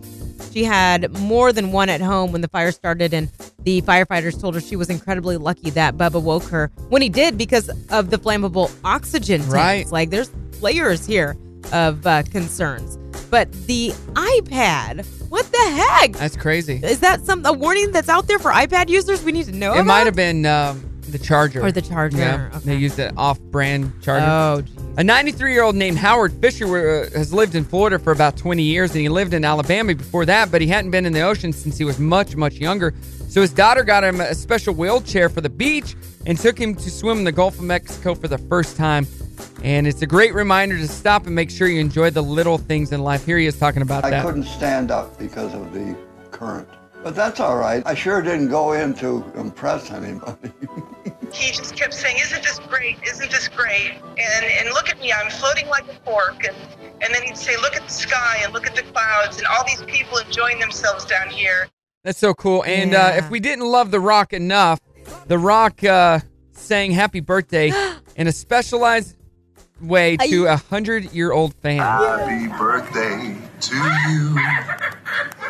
D: She had more than one at home when the fire started, and the firefighters told her she was incredibly lucky that Bubba woke her when he did because of the flammable oxygen tanks.
G: Right.
D: Like there's layers here of uh, concerns. But the iPad, what the heck?
G: That's crazy.
D: Is that some a warning that's out there for iPad users? We need to know.
G: It
D: about?
G: might have been um, the charger.
D: Oh, Or the charger,
G: Yeah,
D: okay.
G: they used an off-brand charger.
D: Oh, geez.
G: A 93 year old named Howard Fisher uh, has lived in Florida for about 20 years, and he lived in Alabama before that, but he hadn't been in the ocean since he was much, much younger. So his daughter got him a special wheelchair for the beach and took him to swim in the Gulf of Mexico for the first time. And it's a great reminder to stop and make sure you enjoy the little things in life. Here he is talking about
H: I
G: that.
H: couldn't stand up because of the current. But that's all right. I sure didn't go in to impress anybody.
I: he just kept saying, "Isn't this great? Isn't this great?" And and look at me, I'm floating like a cork. And and then he'd say, "Look at the sky and look at the clouds and all these people enjoying themselves down here."
G: That's so cool. And uh,
D: Yeah.
G: if we didn't love The Rock enough, The Rock uh, sang happy birthday in a specialized way
D: Ay.
G: to a 100 year old fan.
J: Happy birthday to you.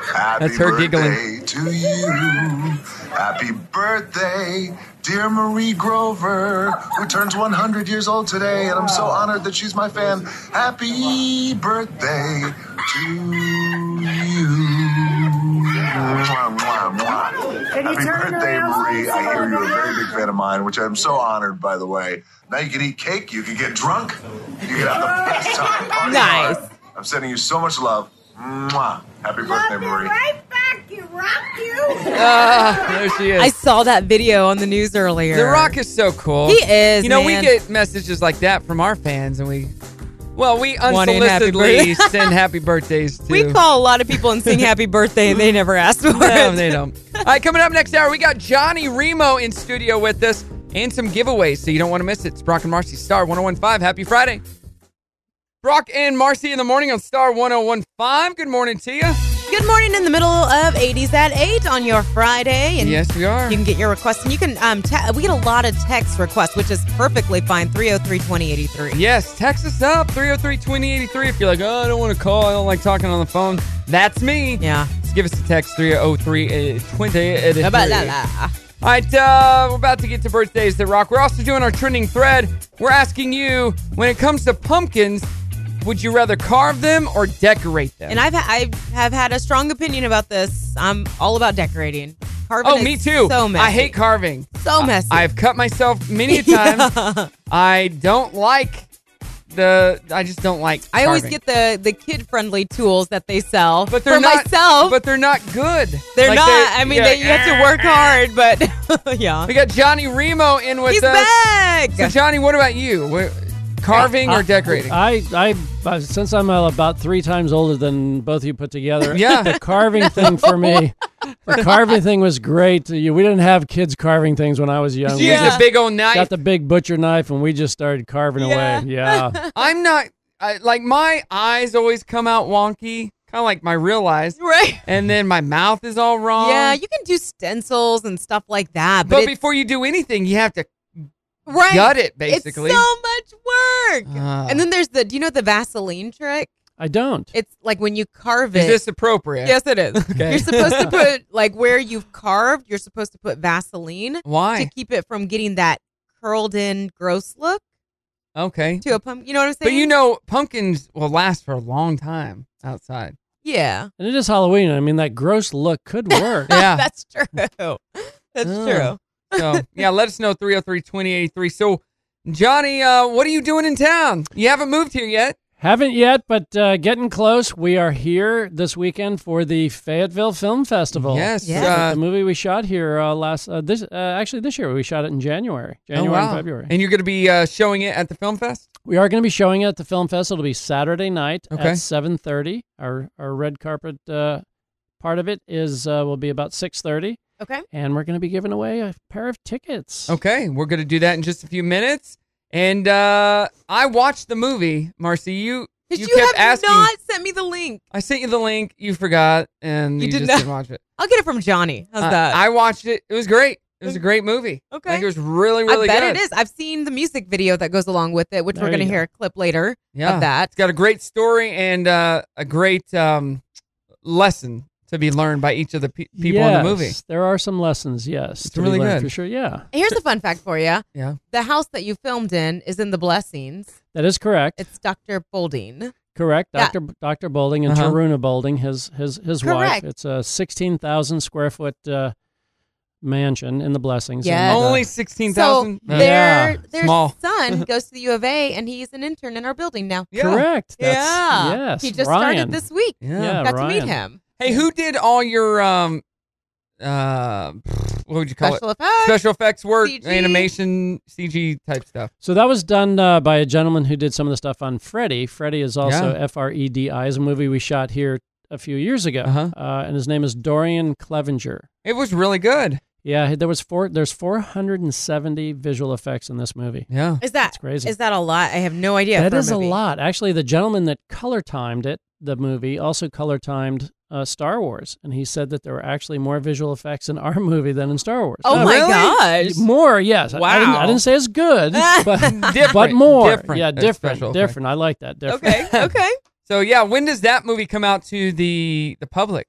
J: Happy
G: That's her
J: birthday
G: giggling.
J: to you. Happy birthday, dear Marie Grover, who turns 100 years old today, and I'm so honored that she's my fan. Happy birthday to you. Mwah, mwah, mwah. Happy birthday, Marie. I hear you're a very big fan of mine, which I'm so honored, by the way. Now you can eat cake, you can get drunk, you can have the best time. Party
D: Nice.
J: hard. I'm sending you so much love. Mwah. Happy birthday, Marie.
E: back, you rock you.
G: Ah, there she is.
D: I saw that video on the news earlier.
G: The Rock is so cool.
D: He is,
G: You know,
D: man.
G: we get messages like that from our fans, and we, well, we
D: Want in happy
G: unsolicitedly
D: birthday.
G: send happy birthdays to.
D: We call a lot of people and sing happy birthday, and they never ask for
G: No,
D: it.
G: they don't. All right, coming up next hour, we got Johnny Remo in studio with us and some giveaways, so you don't want to miss it. It's Brock and Marcy, Star 1015. Happy Friday. Brock and Marcy in the morning on Star 1015. Good morning to you.
D: Good morning in the middle of 80s at 8 on your Friday. And
G: Yes, we are.
D: You can get your requests, and you can, um, te- we get a lot of text requests, which is perfectly fine 303 2083.
G: Yes, text us up 303 2083 if you're like, oh, I don't want to call. I don't like talking on the phone. That's me.
D: Yeah.
G: Just give us a text 303 2083.
D: Blah, blah, blah, blah.
G: All right, uh, we're about to get to birthdays that rock. We're also doing our trending thread. We're asking you when it comes to pumpkins, would you rather carve them or decorate them?
D: And I've, ha- I have had a strong opinion about this. I'm all about decorating. Carving
G: oh,
D: is
G: me too.
D: So messy.
G: I hate carving.
D: So messy.
G: I've cut myself many a time. I don't like the. I just don't like.
D: I always
G: carving.
D: get the the kid friendly tools that they sell.
G: But they're
D: for
G: not,
D: myself.
G: But they're not good.
D: they're
G: Like,
D: not. I mean,
G: yeah,
D: they, you have to work hard, but yeah,
G: We got Johnny Remo in with
D: he's
G: us.
D: back.
G: So Johnny, what about you? What- Carving or decorating?
K: I, I, I- since I'm uh, about three times older than both of you put together,
G: Yeah.
K: the carving thing for me, the carving thing was great. You- We didn't have kids carving things when I was young. We
G: With the big old knife.
K: got the big butcher knife and we just started carving
D: Yeah.
K: away. Yeah.
G: I'm not I, like my eyes always come out wonky, kind of like my real eyes,
D: right?
G: and then my mouth is all wrong.
D: Yeah, you can do stencils and stuff like that,
G: but,
D: but, it,
G: before you do anything, you have to
D: right,
G: gut it basically.
D: it's so much work.
G: Ah.
D: and then there's the. Do you know the Vaseline trick?
K: I don't.
D: It's like when you carve
G: is
D: it.
G: this appropriate?
D: yes, it is.
G: Okay.
D: You're supposed to put like where you've carved. You're supposed to put Vaseline to
G: Why?
D: keep it from getting that curled in gross look
G: Okay.
D: to a pump. You know what I'm saying?
G: But you know, pumpkins will last for a long time outside.
D: yeah.
K: And it is Halloween. I mean, that gross look could work.
G: Yeah.
D: That's true. That's
G: Oh.
D: true.
G: So, yeah, let us know 303 2083. So, Johnny, uh, what are you doing in town? You haven't moved here yet.
K: Haven't yet, but uh, getting close. We are here this weekend for the Fayetteville Film Festival.
G: Yes, Yes. uh,
K: the movie we shot here uh, last uh, this uh, actually this year we shot it in January, January
G: oh, wow.
K: and February.
G: And you're going to be uh, showing it at the film fest.
K: We are going to be showing it at the film festival. It'll be Saturday night
G: Okay.
K: at seven thirty. Our our red carpet uh, part of it is uh, will be about six thirty.
D: Okay.
K: And we're going to be giving away a pair of tickets.
G: Okay, we're going to do that in just a few minutes. And uh, I watched the movie, Marcy. You
D: Did you,
G: kept
D: have
G: asking.
D: not sent me the link?
G: I sent you the link. You forgot, and you,
D: did
G: just
D: not-
G: didn't watch it.
D: I'll get it from Johnny. How's
G: Uh,
D: that?
G: I watched it. It was great. It was a great movie.
D: Okay.
G: Like, it was really, really
D: I bet
G: good.
D: it is. I've seen the music video that goes along with it, which
G: There
D: we're going
G: you
D: to
G: go.
D: hear a clip later
G: Yeah.
D: of that.
G: It's got a great story and uh, a great um, lesson to be learned by each of the pe- people in
K: Yes,
G: the movie.
K: There are some lessons, yes. It's
G: really good.
K: For sure, yeah.
D: Here's a fun fact for you.
G: Yeah.
D: The house that you filmed in is in the Blessings.
K: That is correct.
D: It's Dr. Bolding.
K: Correct.
D: Yeah.
K: Dr. B- Dr. Bolding and
G: Uh-huh.
K: Taruna Bolding, his his his wife.
D: Correct.
K: It's a 16,000 square foot uh, mansion in the Blessings.
D: Yes.
K: and, uh,
G: Only
D: So
G: 16,000.
D: their their
K: Small.
D: son goes to the U of A, and he's an intern in our building now.
G: Yeah.
K: Correct. That's,
D: yeah.
K: Yes.
D: He just
K: Ryan.
D: started this week.
G: Yeah.
K: Yeah,
D: Got to
K: Ryan.
D: meet him.
G: Hey, who did all your um uh what would you call
D: Special
G: it?
D: effects,
G: Special effects work,
D: CG.
G: animation, CG type stuff.
K: So that was done uh, by a gentleman who did some of the stuff on Freddy. Freddy is also F R E D I, is a movie we shot here a few years ago,
G: Uh-huh.
K: uh, and his name is Dorian Clevenger.
G: It was really good.
K: Yeah, there was four. There's 470 visual effects in this movie.
G: Yeah.
D: Is that
K: That's crazy.
D: Is that a lot? I have no idea.
K: that
D: for
K: is a
D: movie.
K: lot. Actually, the gentleman that color timed it, the movie, also color timed uh, Star Wars, and he said that there were actually more visual effects in our movie than in Star Wars.
D: Oh
K: Not-
D: my
G: Really?
D: gosh.
K: More, yes. I- I didn't,
G: Wow.
K: I didn't say it's good, but,
G: Different,
K: but more.
G: different
K: yeah,
G: than
K: different,
G: special effects.
K: different. I like that. Different.
D: Okay. Okay.
G: So yeah, when does that movie come out to the the public?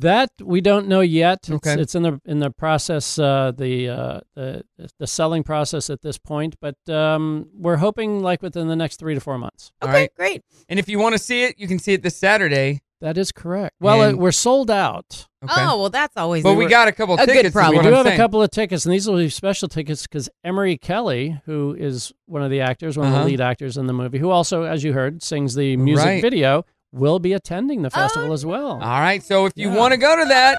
K: That we don't know yet. It's,
G: Okay.
K: it's in the in the process, uh, the, uh, the the selling process at this point. But um, we're hoping like within the next three to four months.
G: All
D: Okay.
G: right.
D: Great.
G: And if you want to see it, you can see it this Saturday.
K: That is correct. Well,
G: And-
K: it, we're sold out.
G: Okay.
D: Oh well, that's always.
G: but
D: a
G: we
D: wor-
G: got a couple
D: a good
G: tickets. is
D: problem.
K: We
G: what
K: do
G: I'm
K: have a
G: saying.
K: couple of tickets, and these will be special tickets because Emery Kelly, who is one of the actors, one of
G: Uh-huh.
K: the lead actors in the movie, who also, as you heard, sings the music
G: Right.
K: video, will be attending the
L: Oh.
K: festival as well.
G: All right. So if you
K: Yeah.
G: want to go to that,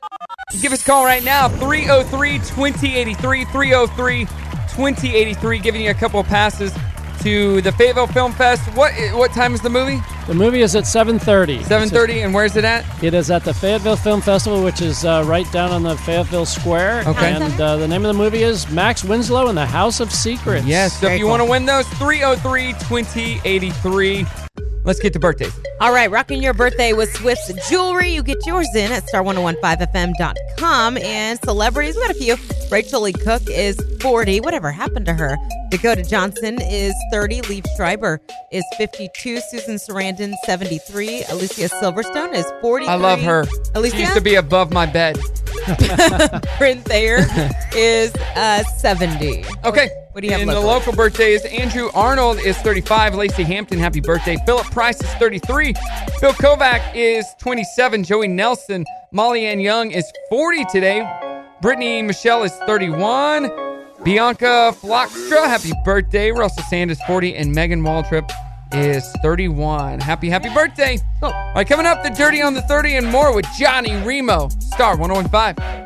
G: give us a call right now 303 2083. 303 2083. Giving you a couple of passes to the Fayetteville Film Fest. What what time is the movie?
K: The movie is at 7.30.
G: 7:30. And where's it at?
K: It is at the Fayetteville Film Festival, which is uh, right down on the Fayetteville Square.
G: Okay.
K: And uh, the name of the movie is Max Winslow and the House of Secrets.
G: Yes. So if
D: Very
G: you
D: cool.
G: want to win those, 303 2083. Let's get to birthdays.
D: All right, rocking your birthday with Swift's jewelry. You get yours in at star1015fm.com. And celebrities, we got a few. Rachel Lee Cook is 40. Whatever happened to her? Dakota Johnson is 30. Leaf Schreiber is 52. Susan Sarandon, 73. Alicia Silverstone is 40.
G: I love her.
D: Alicia?
G: She used to be above my bed.
D: Bryn Thayer is uh, 70.
G: Okay.
D: What do you have
G: And the
D: locally?
G: local birthdays, Andrew Arnold is 35. Lacey Hampton, happy birthday. Philip Price is 33. Phil Kovac is 27. Joey Nelson, Molly Ann Young is 40 today. Brittany Michelle is 31. Bianca Flockstra, happy birthday. Russell Sand is 40. And Megan Waltrip is 31. Happy, happy birthday.
D: Cool.
G: All right, coming up, the Dirty on the 30 and more with Johnny Remo, Star 1015.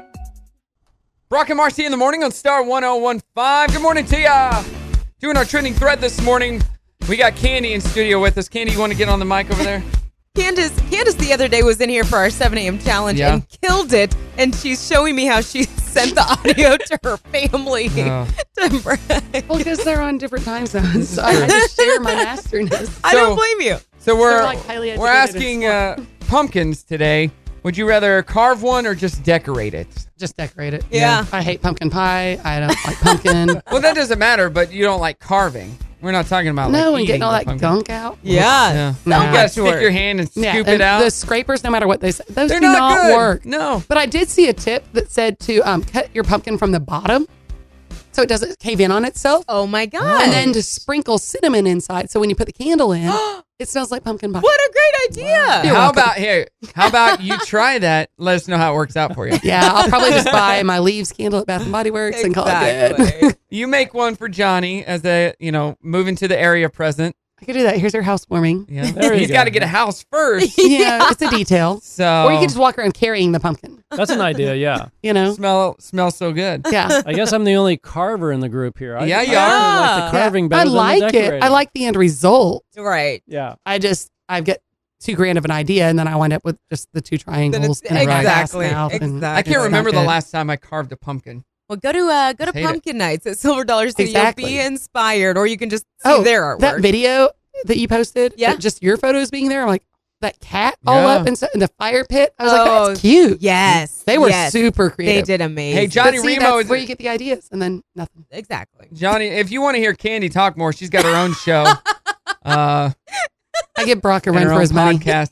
G: Brock and Marcy in the morning on Star 1015. Good morning to ya. Doing our trending thread this morning. We got Candy in studio with us. Candy, you want to get on the mic over there?
D: Candace, Candace the other day was in here for our 7 a.m. challenge
G: Yeah.
D: and killed it. And she's showing me how she sent the audio to her family.
G: Oh.
D: to brag.
L: Well, because they're on different time zones, so I had to share my masterness.
D: I
G: So-
D: don't blame you.
G: So we're
L: They're, like, highly
G: we're
L: educated
G: asking
L: and
G: uh, pumpkins today. Would you rather carve one or just decorate it?
L: Just decorate it.
D: Yeah.
L: I hate pumpkin pie. I don't like pumpkin.
G: Well, that doesn't matter, but you don't like carving. We're not talking about like,
L: no, and
G: eating
L: getting all
G: the
L: that
G: pumpkin.
L: gunk out.
D: Yeah.
G: Yeah.
L: No.
G: you gotta stick
D: Sure.
G: your hand and scoop
L: Yeah,
G: it
L: and
G: out.
L: The scrapers, no matter what they say, those
G: They're
L: do
G: not, good.
L: work.
G: No.
L: But I did see a tip that said to um, cut your pumpkin from the bottom so it doesn't cave in on itself.
D: Oh my God.
L: And then to sprinkle cinnamon inside. So when you put the candle in, it smells like pumpkin pie.
D: what a great idea.
G: how about here? How about you try that? Let us know how it works out for you.
L: Yeah, I'll probably just buy my leaves candle at Bath and Body Works and call it good.
D: Exactly.
G: You make one for Johnny as a you know moving to the area present.
L: I could do that. Here's your housewarming.
G: Yeah. He's got to get a house first.
L: yeah, it's a detail.
G: So
L: Or you could just walk around carrying the pumpkin.
K: That's an idea, yeah.
L: You know,
G: smell smells so good.
L: Yeah.
K: I guess I'm the only carver in the group here. I,
G: Yeah,
L: Oh.
G: you
K: I
G: are.
K: kinda like the carving better
L: I
K: than the
L: like it. I
K: decorating.
L: like the end result.
D: Right.
K: Yeah.
L: I just I get too grand of an idea, and then I wind up with just the two triangles. and a glass
D: exactly,
L: mouth, and
D: exactly.
G: I
L: it's
G: can't
L: not
G: remember the
L: good.
G: last time I carved a pumpkin.
D: Well, go to uh, go to
G: Just hate it.
D: pumpkin nights at Silver Dollar City.
L: Exactly.
D: You'll be inspired, or you can just see
L: Oh,
D: their artwork.
L: that video that you posted. Yeah, just your photos being there. I'm like that cat all
G: Yeah.
L: up in, in the fire pit. I was
D: Oh,
L: like, that's cute.
D: Yes,
L: they were
D: yes.
L: super creative.
D: They did amazing.
G: Hey, Johnny
L: But see,
G: Remo
L: that's
G: is
L: where you get the ideas, and then nothing.
D: Exactly.
G: Johnny, if you want to hear Candy talk more, she's got her own show. Uh,
L: I get Brock a
G: and
L: run
G: her
L: for
G: own
L: his money.
G: podcast.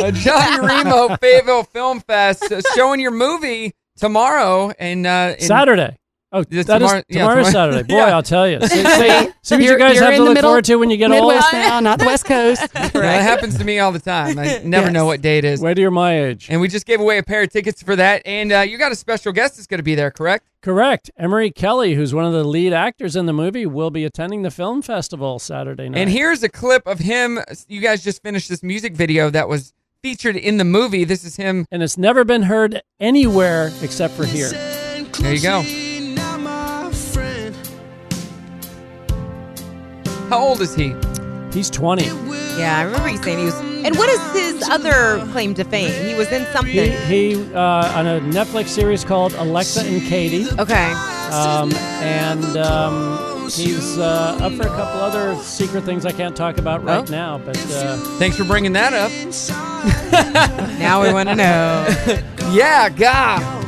G: Uh, Johnny Remo, Fayetteville Film Fest, uh, showing your movie tomorrow and uh, in-
K: Saturday. Oh, that
G: This
K: is
G: tomorrow-
K: tomorrow,
G: yeah, tomorrow.
K: Saturday. Boy,
G: Yeah.
K: I'll tell you. See, see, see what you
L: You're-
K: guys
L: you're
K: have
L: in
K: to
L: the
K: look
L: middle-
K: forward to when you get
L: Midwest
K: old.
L: now, not the West Coast.
G: You know, that happens to me all the time. I never know what day it is.
K: Wait till you're my age.
G: And we just gave away a pair of tickets for that. And uh, you got a special guest that's going to be there, correct?
K: Correct. Emery Kelly, who's one of the lead actors in the movie, will be attending the film festival Saturday night.
G: And here's a clip of him. You guys just finished this music video that was featured in the movie. This is him.
K: and it's never been heard anywhere except for here.
G: There you go. How old is he?
K: He's 20.
D: Yeah, I remember you saying he was. And what is his other claim to fame? He was in something.
K: He, he uh, on a Netflix series called Alexa and Katie.
D: okay.
K: Um, and um, he's uh, up for a couple other secret things I can't talk about right
G: Oh.
K: now. But uh,
G: Thanks for bringing that up.
D: Now we want to know.
G: Yeah, God.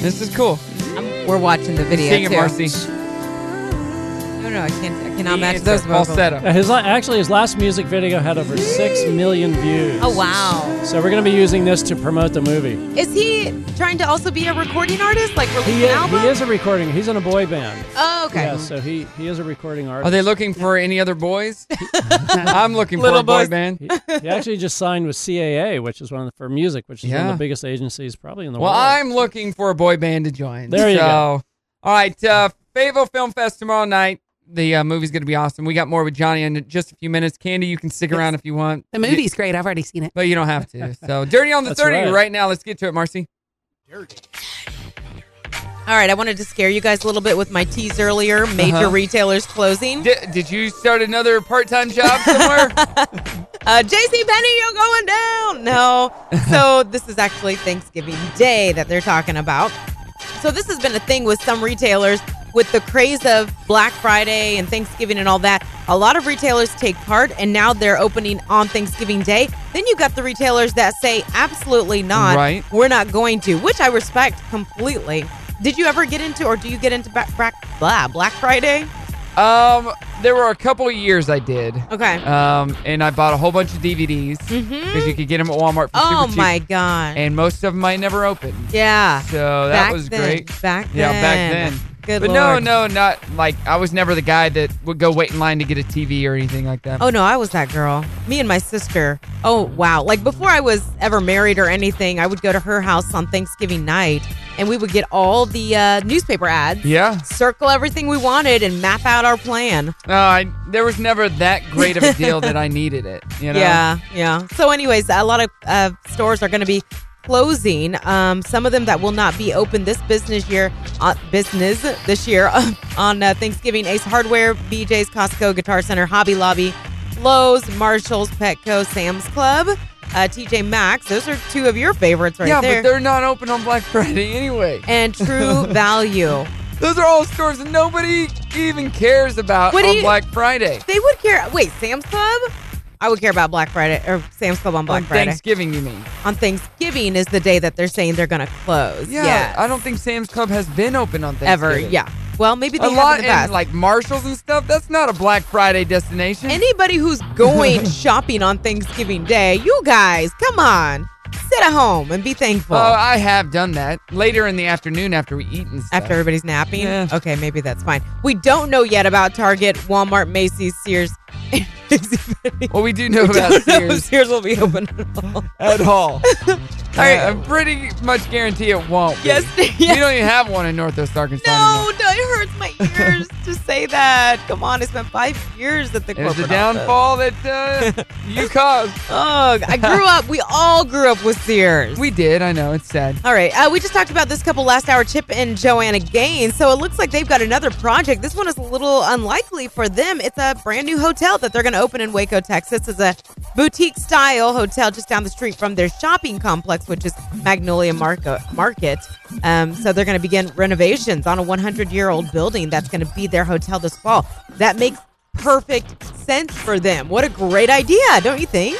G: This is cool.
D: We're watching the video.
G: Sing it,
D: too.
G: Marcy.
D: No, no, I can't. I cannot
G: He
D: match
G: is
D: those
G: a
D: vocals.
G: falsetto.
K: his la- actually his last music video had over six million views.
D: Oh wow.
K: So we're gonna be using this to promote the movie.
D: Is he trying to also be a recording artist, like release
K: He
D: an
K: is, he
D: album?
K: is a recording. He's in a boy band.
D: Oh, okay.
K: Yeah, so he he is a recording artist.
G: Are they looking for any other boys? I'm looking for
D: Little
G: a boy
D: boys.
G: band.
K: He, he actually just signed with CAA, which is one of the, for music, which is one of
G: Yeah.
K: the biggest agencies probably in the
G: Oh, Well,
K: world.
G: I'm looking for a boy band to join.
K: Oh. There you
G: so,
K: go.
G: All right, uh, Favo Film Fest tomorrow night. The uh, movie's going to be awesome. We got more with Johnny in just a few minutes. Candy, you can stick around if you want.
L: The movie's great. I've already seen it.
G: But you don't have to. So, Dirty on the
K: That's
G: 30
K: right.
G: right. now. Let's get to it, Marcy.
D: All right, I wanted to scare you guys a little bit with my tease earlier. Major
G: Uh-huh.
D: retailers closing.
G: Did, did you start another part time job somewhere?
D: Uh, JC Penny, you're going down. No. So this is actually Thanksgiving Day that they're talking about. So this has been a thing with some retailers with the craze of Black Friday and Thanksgiving and all that. A lot of retailers take part and now they're opening on Thanksgiving Day. Then you got the retailers that say absolutely not.
G: Right.
D: We're not going to, which I respect completely. Did you ever get into or do you get into back, back, blah, Black Friday?
G: um, there were a couple of years I did.
D: Okay.
G: Um, and I bought a whole bunch of DVDs because
D: Mhm.
G: you could get them at Walmart for
D: Oh
G: super cheap.
D: my god.
G: And most of them I never opened.
D: yeah.
G: So that
D: back
G: was
D: then,
G: great.
D: Back then.
G: Yeah, back then.
D: Good
G: but
D: lord.
G: no, no, not like I was never the guy that would go wait in line to get a TV or anything like that.
D: Oh no, I was that girl. Me and my sister. Oh wow. Like before I was ever married or anything, I would go to her house on Thanksgiving night and we would get all the uh, newspaper ads.
G: Yeah.
D: Circle everything we wanted and map out our plan.
G: No, I there was never that great of a deal that I needed it. You know.
D: Yeah, yeah. So, anyways, a lot of uh, stores are going to be closing. Um, some of them that will not be open this business year, uh, business this year on uh, Thanksgiving. Ace Hardware, BJ's, Costco, Guitar Center, Hobby Lobby, Lowe's, Marshalls, Petco, Sam's Club, uh, TJ Maxx. Those are two of your favorites right
G: yeah,
D: there.
G: but they're not open on Black Friday anyway.
D: and True Value.
G: Those are all stores that nobody even cares about
D: What do
G: on
D: you-
G: Black Friday.
D: They would care. Wait, Sam's Club? I would care about Black Friday or Sam's Club on Black
G: on
D: Friday.
G: Thanksgiving, you mean?
D: on Thanksgiving is the day that they're saying they're going to close.
G: Yeah,
D: Yes.
G: I don't think Sam's Club has been open on Thanksgiving
D: ever. Yeah. Well, maybe they
G: A
D: have
G: lot
D: in the past.
G: and like Marshalls and stuff. That's not a Black Friday destination.
D: Anybody who's going shopping on Thanksgiving Day, you guys, come on, sit at home and be thankful.
G: Oh, I have done that later in the afternoon after we eat and stuff.
D: after everybody's napping.
G: Yeah.
D: Okay, maybe that's fine. We don't know yet about Target, Walmart, Macy's, Sears. we
G: Well, we do know about
D: don't know if
G: Sears
D: Sears will be open at all.
G: at all. all
D: right.
G: I pretty much guarantee it won't. be.
D: Uh, Yes,
G: We
D: yes.
G: don't even have one in Northwest Arkansas.
D: No, no, it hurts my years to say that. Come on, it's been five years that the
G: There's the
D: corporate
G: downfall that uh, you caused.
D: Oh, I grew up. We all grew up with Sears.
G: We did. I know. It's sad.
D: All right. Uh, we just talked about this couple last hour, Chip and Joanna Gaines. So it looks like they've got another project. This one is a little unlikely for them. It's a brand new hotel that they're going to open in Waco, Texas. It's a boutique style hotel just down the street from their shopping complex, which is Magnolia Marco- Market. Um, so they're going to begin renovations on a 100 year old building that's going to be their hotel this fall. That makes perfect sense for them. What a great idea, don't you think?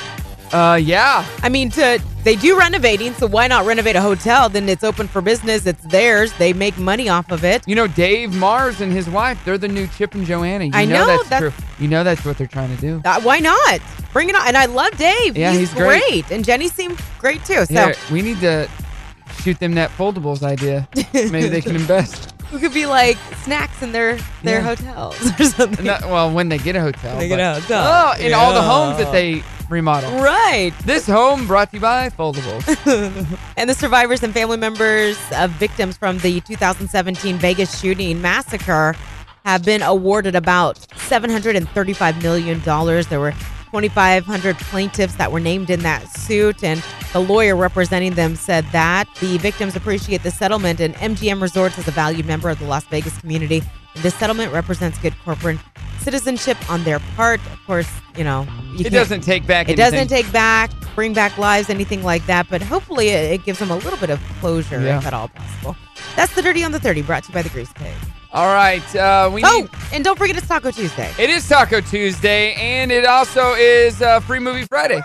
G: Uh, yeah.
D: I mean, to they do renovating, so why not renovate a hotel? Then it's open for business. It's theirs. They make money off of it.
G: You know, Dave Mars and his wife, they're the new Chip and Joanna. You
D: I know,
G: that's,
D: that's-
G: true. You know that's what they're trying to do.
D: Uh, why not? Bring it on. And I love Dave.
G: Yeah, he's great.
D: And Jenny seemed great too. So
G: Here, we need to shoot them that foldables idea. Maybe they can invest.
D: we could be like snacks in their their
G: Yeah.
D: hotels or something.
G: Not- well, when they get a hotel.
D: They get
G: but-
D: a hotel.
G: Oh, in all the
D: Yeah.
G: homes that they remodel.
D: Right.
G: This home brought to you by Foldables.
D: And the survivors and family members of victims from the 2017 Vegas shooting massacre have been awarded about $735 million. There were 2,500 plaintiffs that were named in that suit, and the lawyer representing them said that the victims appreciate the settlement, and MGM Resorts is a valued member of the Las Vegas community. And this settlement represents good corporate citizenship on their part. Of course, you know, you
G: it
D: can't-
G: doesn't take back
D: it
G: anything.
D: doesn't take back, bring back lives, anything like that. But hopefully, it, it gives them a little bit of closure,
G: Yeah.
D: if at all possible. That's the dirty on the thirty, brought to you by the Grease Pig.
G: All right. Uh, we
D: oh,
G: need.
D: and don't forget it's Taco Tuesday.
G: It is Taco Tuesday, and it also is uh, Free Movie Friday.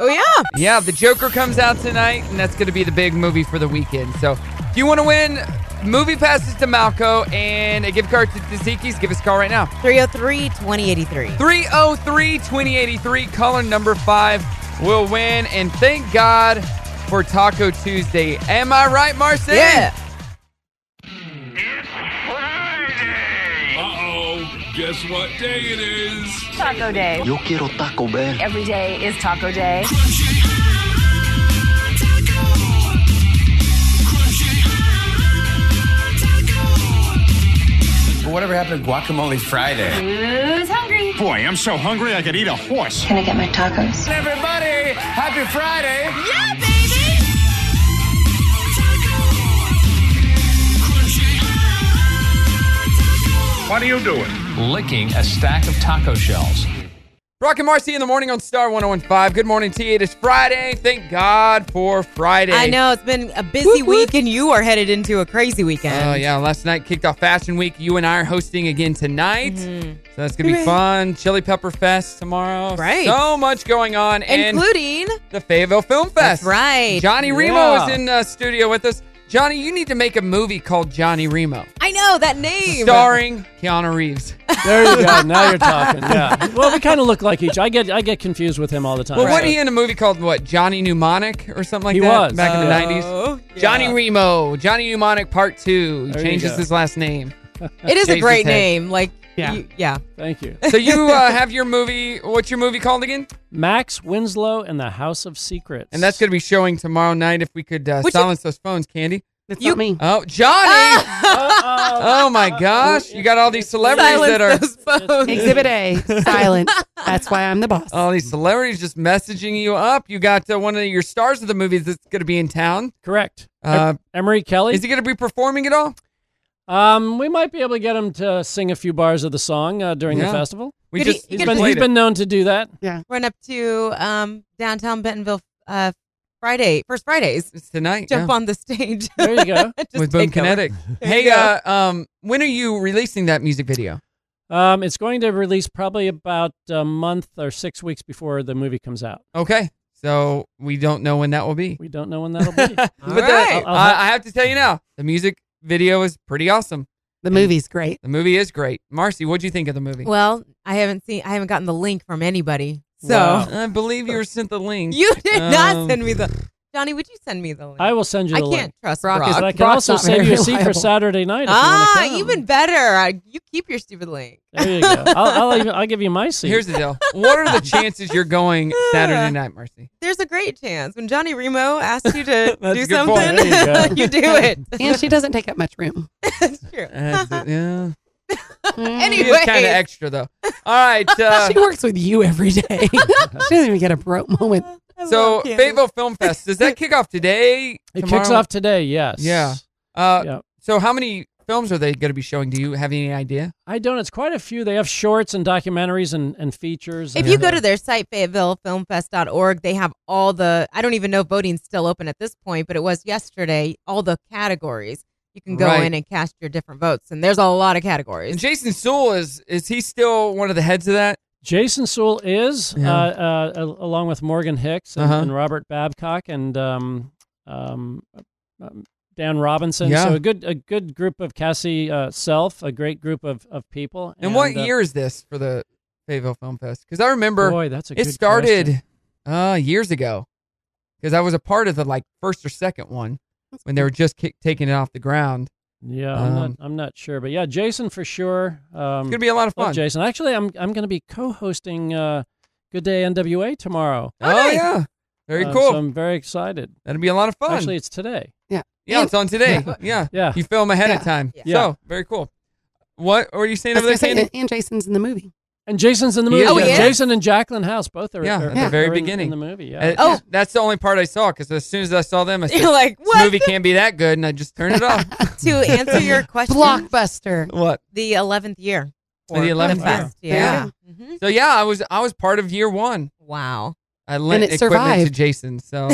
D: Oh yeah,
G: Yeah, The Joker comes out tonight, and that's going to be the big movie for the weekend. So, if you want to win movie passes to Malco and a gift card to Tzatziki's, give us a call right now.
D: 303-2083.
G: 303-2083, caller number five will win. And thank God for Taco Tuesday. Am I right, Marcy?
D: Yeah.
M: Uh-oh, guess what day it is?
N: Taco Day.
M: Yo quiero Taco Bell.
N: Every day is Taco Day.
M: Whatever happened to Guacamole Friday?
N: Who's hungry?
M: Boy, I'm so hungry I could eat a horse.
N: Can I get my tacos?
M: Everybody, happy Friday. Yeah, baby. What are you doing? Licking a stack of taco shells.
G: Brock and Marcy in the morning on Star 1015. Good morning, T. It is Friday. Thank God for Friday.
D: I know it's been a busy week, and you are headed into a crazy weekend.
G: Oh, yeah. Last night kicked off Fashion Week. You and I are hosting again tonight. So that's going to be
D: Mm-hmm. Hooray.
G: fun. Chili Pepper Fest tomorrow.
D: Right.
G: So much going on.
D: including
G: and the Fayetteville Film
D: That's
G: Fest.
D: right.
G: Johnny Remo
D: Yeah.
G: is in uh, studio with us. Johnny, you need to make a movie called Johnny Remo.
D: I know that name.
G: Starring Keanu Reeves.
K: There you go. Now you're talking. Yeah. Well, we kind of look like each. I get I get confused with him all the time.
G: Well,
K: so-
G: wasn't he in a movie called what? Johnny Mnemonic or something like
K: He
G: that?
D: Oh,
K: was. Uh,
G: back in the
K: Yeah.
G: nineties. Johnny Remo, Johnny Mnemonic Part Two. He
K: There you
G: changes
K: go.
G: his last name.
D: It is
G: Shaved
D: a
G: his
D: great
G: head.
D: name. Like
K: Yeah.
D: you- yeah.
K: Thank you.
G: So you uh, have your movie. What's your movie called again?
K: Max Winslow and the House of Secrets.
G: And that's going to be showing tomorrow night. If we could uh,
K: Would you-
G: silence those phones, Candy.
K: That's
D: You- not
K: me.
G: Oh, Johnny! oh my gosh, you got all these celebrities
D: Silence
G: that are
D: those phones.
L: Exhibit A, silence. That's why I'm the boss.
G: all these celebrities just messaging you up. You got uh, one of your stars of the movies that's going to be in town.
K: correct.
G: Uh,
K: Emery Kelly.
G: Is he going to be performing at all?
K: Um, we might be able to get him to sing a few bars of the song uh, during
G: Yeah.
K: the festival.
G: We
D: Could
G: just
D: he-
K: He's
D: could
K: been, he's
G: played it.
K: been known to do that.
L: Yeah.
D: Run up to um, downtown Bentonville uh, Friday, first Fridays.
G: It's tonight.
D: Jump
G: yeah.
D: on the stage.
K: There you go.
D: Just
G: with Boom
D: take over.
G: Kinetic.
D: There
G: hey,
D: you go.
G: uh, um, when are you releasing that music video?
K: Um, it's going to release probably about a month or six weeks before the movie comes out.
G: Okay, so we don't know when that will be.
K: We don't know when that'll be.
G: But the-
D: right.
K: I'll- I'll-
G: I, I have to tell you now, the music video is pretty awesome.
L: The movie's great.
G: The movie is great. Marcy, what'd you think of the movie?
D: Well, I haven't seen, I
G: Uh,
D: haven't gotten the link from anybody. So
K: Wow.
G: I believe you were sent the link.
D: uh, you did not
G: Um,
D: send me the. Johnny, would you send me the link?
K: I will send you
D: I
K: the
D: can't
K: link.
D: trust Brock.
K: But I can
D: Brock's
K: also
D: not
K: send
D: very
K: you a seat for
D: reliable.
K: Saturday night if
D: ah,
K: you want to come.
D: even better. I, you keep your stupid link.
K: There you go. I'll, I'll, even, I'll give you my seat.
G: Here's the deal. What are the chances you're going Saturday night, Mercy?
D: There's a great chance when Johnny Remo asks you to
G: That's
D: do
G: a good point.
D: something,
G: There you go.
D: you, do it.
L: and she doesn't take up much room.
G: yeah.
D: anyway,
G: She is kind of extra though. All right. Uh,
L: she works with you every day. she doesn't even get a broke moment.
G: so
L: love Candace.
G: Fayetteville Film Fest does that kick off today?
K: It kicks
G: Tomorrow?
K: off today, yes.
G: Yeah. Uh,
K: Yeah.
G: So how many films are they going to be showing? Do you have any idea?
K: I don't. It's quite a few. They have shorts and documentaries and, and features.
D: If
K: and-
D: you go to their site, FayettevilleFilmFest.org, they have all the, I don't even know if voting's still open at this point, but it was yesterday, all the categories. You can go
G: Right.
D: in and cast your different votes, and there's a lot of categories.
G: And Jason Sewell is is he still one of the heads of that?
K: Jason Sewell is,
G: Yeah.
K: uh, uh, al- along with Morgan Hicks and,
G: Uh-huh.
K: and Robert Babcock and um, um, um, Dan Robinson.
G: Yeah.
K: So a good a good group of Cassie uh, Self, a great group of, of people.
G: And, what
K: uh,
G: year is this for the Fayetteville Film Fest? Because I remember
K: Boy, that's a
G: it
K: good
G: started uh, years ago. Because I was a part of the like first or second one when they were just kick, taking it off the ground.
K: Yeah, I'm
G: Um,
K: not I'm not sure, but yeah, Jason for sure. Um,
G: gonna be a lot of
K: love
G: fun.
K: Jason, actually, I'm I'm going to be co-hosting uh, Good Day NWA tomorrow.
G: Oh, yeah, very
K: Uh,
G: cool.
K: So I'm very excited.
G: That'll be a lot of fun.
K: Actually, it's today.
L: Yeah.
G: yeah, it's on today. Yeah,
K: Yeah.
G: You film ahead of time.
K: Yeah.
G: So very cool. What were you saying
L: I was
G: over there,
L: gonna say,
G: Candy?
L: and, and Jason's in the movie.
K: And Jason's in the
G: He
K: movie.
G: is in it.
K: Jason and Jacqueline House both are.
G: Yeah,
K: are-
G: at the very
K: are in-
G: beginning
K: in the movie. Yeah.
G: And
D: Oh.
G: Uh, that's the only part I saw because as soon as I saw them, I said,
D: You're like,
G: This
D: "What
G: movie
D: the-"
G: can't be that good," and I just turned it off.
D: to answer your question,
L: Blockbuster.
G: what?
D: the 11th year.
G: The
D: for
G: 11th year.
D: Fest.
G: There you
D: Yeah. Mm-hmm.
G: So yeah, I was I was part of year one.
D: Wow.
G: I lent
D: it
G: equipment to
D: survived.
G: Jason. So all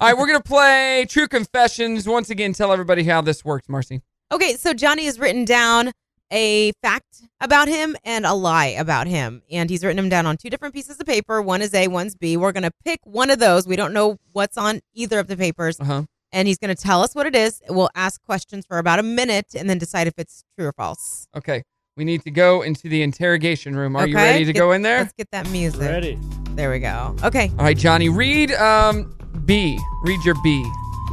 G: right, we're gonna play True Confessions once again. Tell everybody how this works, Marcy.
D: Okay, so Johnny has written down a fact about him and a lie about him. And he's written them down on two different pieces of paper. One is A, one's B. We're going to pick one of those. We don't know what's on either of the papers.
G: Uh-huh.
D: And he's going to tell us what it is. We'll ask questions for about a minute and then decide if it's true or false.
G: Okay, we need to go into the interrogation room. Are you
D: Okay,
G: ready to
D: get-
G: go in there?
D: Let's get that music.
K: Ready.
D: There we go. Okay.
G: All right, Johnny, read um B. Read your B.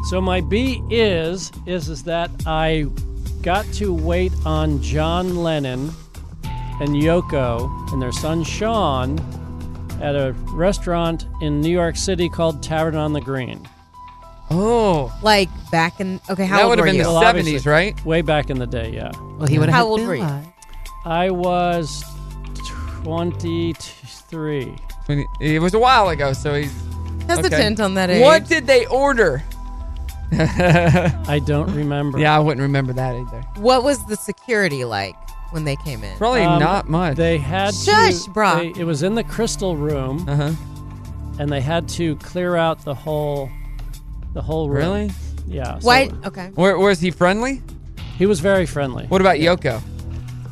K: So my B is is is that I got to wait on John Lennon and Yoko and their son Sean at a restaurant in New York City called Tavern on the Green.
G: Oh,
D: Like back in, okay, how
G: that
D: old
G: would
D: were
G: have been
D: you?
G: the seventies, right?
K: Way back in the day, yeah.
L: Well, he would have
D: How old were you?
K: I was 23.
G: When it was a while ago, so he's
D: Hesitant on that age.
G: What did they order? yeah,
K: I don't remember.
G: I wouldn't remember that either.
D: What was the security like when they came in?
G: Probably
K: Um,
G: not much.
K: They had
D: Shush,
K: to,
D: Brock.
K: they- it was in the crystal room,
G: uh huh.
K: and they had to clear out the whole, the whole room.
G: Really?
K: Yeah. so
D: White. Okay.
G: Where, was he friendly?
K: He was very friendly.
G: What about Yoko?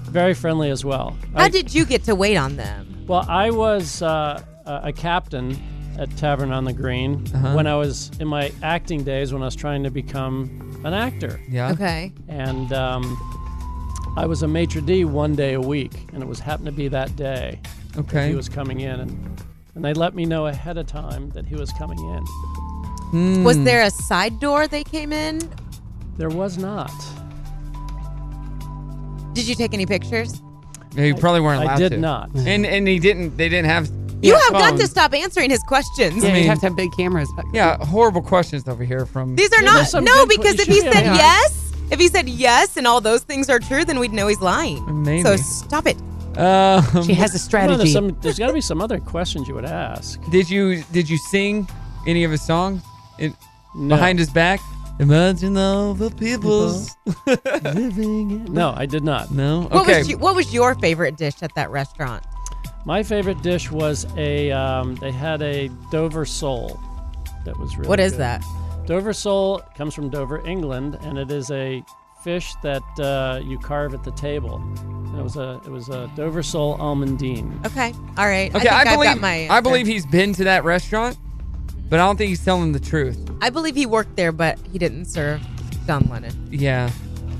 K: Very friendly as well.
D: How
K: I,
D: did you get to wait on them?
K: well, I was uh, a a captain at Tavern on the Green
G: Uh-huh.
K: when I was in my acting days when I was trying to become an actor,
G: Yeah.
D: Okay.
K: and um, I was a maitre d one day a week, and it was happened to be that day. that
G: Okay.
K: he was coming in and and they let me know ahead of time that he was coming in
D: Was there a side door they came in?
K: there was not
D: Did you take any pictures?
G: Yeah, you probably weren't allowed
K: i did
G: to.
K: not
G: And and he didn't. They didn't have.
D: You have got
G: phones.
D: to stop answering his questions.
L: Yeah,
G: um, mean-
L: you have to have big cameras. Back
G: Yeah, horrible questions over here from.
D: These are
K: Yeah,
D: not
K: there's some
D: no
K: good
D: because
K: que-
D: if he
K: you should
D: said
K: have.
D: yes, if he said yes and all those things are true, then we'd know he's lying.
G: Maybe.
D: So stop it.
G: Um,
L: She has a
K: Come on,
L: strategy.
K: there's, some, there's got to be some other questions you would ask
G: did you did you sing any of his songs in,
K: No.
G: behind his back? Imagine all the peoples.
K: living in- no i did not
G: no.
D: What
G: Okay.
D: was you, what was your favorite dish at that restaurant?
K: my favorite dish was a um, they had a dover sole that was really
D: What is
K: good.
D: that?
K: dover sole comes from dover england and it is a fish that uh, you carve at the table and it was a it was a dover sole almondine
D: Okay. All right.
G: Okay,
D: I,
G: I,
D: think I've
G: believe
D: got my uh,
G: I
D: answer.
G: believe he's been to that restaurant, but I don't think he's telling the truth.
D: I believe he worked there but he didn't serve John Lennon.
G: Yeah.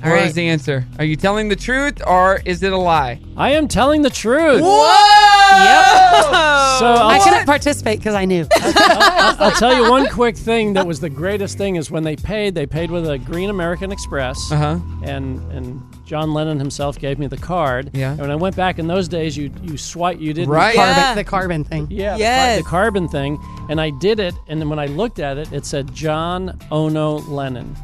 G: What is the answer? Are you telling the truth or is it a lie?
K: I am telling the truth.
L: Whoa!
K: So
D: Uh,
L: I
K: I'll-
L: couldn't participate because I knew.
K: I'll tell you one quick thing that was the greatest thing is when they paid, they paid with a Green American Express.
G: Uh-huh.
K: And and John Lennon himself gave me the card.
G: Yeah.
K: And when I went back in those days, you you swipe, you didn't
G: Right.
K: carbon-
L: The carbon thing.
K: Yeah, the car- the, carbon thing. And I did it, and then when I looked at it, it said John Ono Lennon.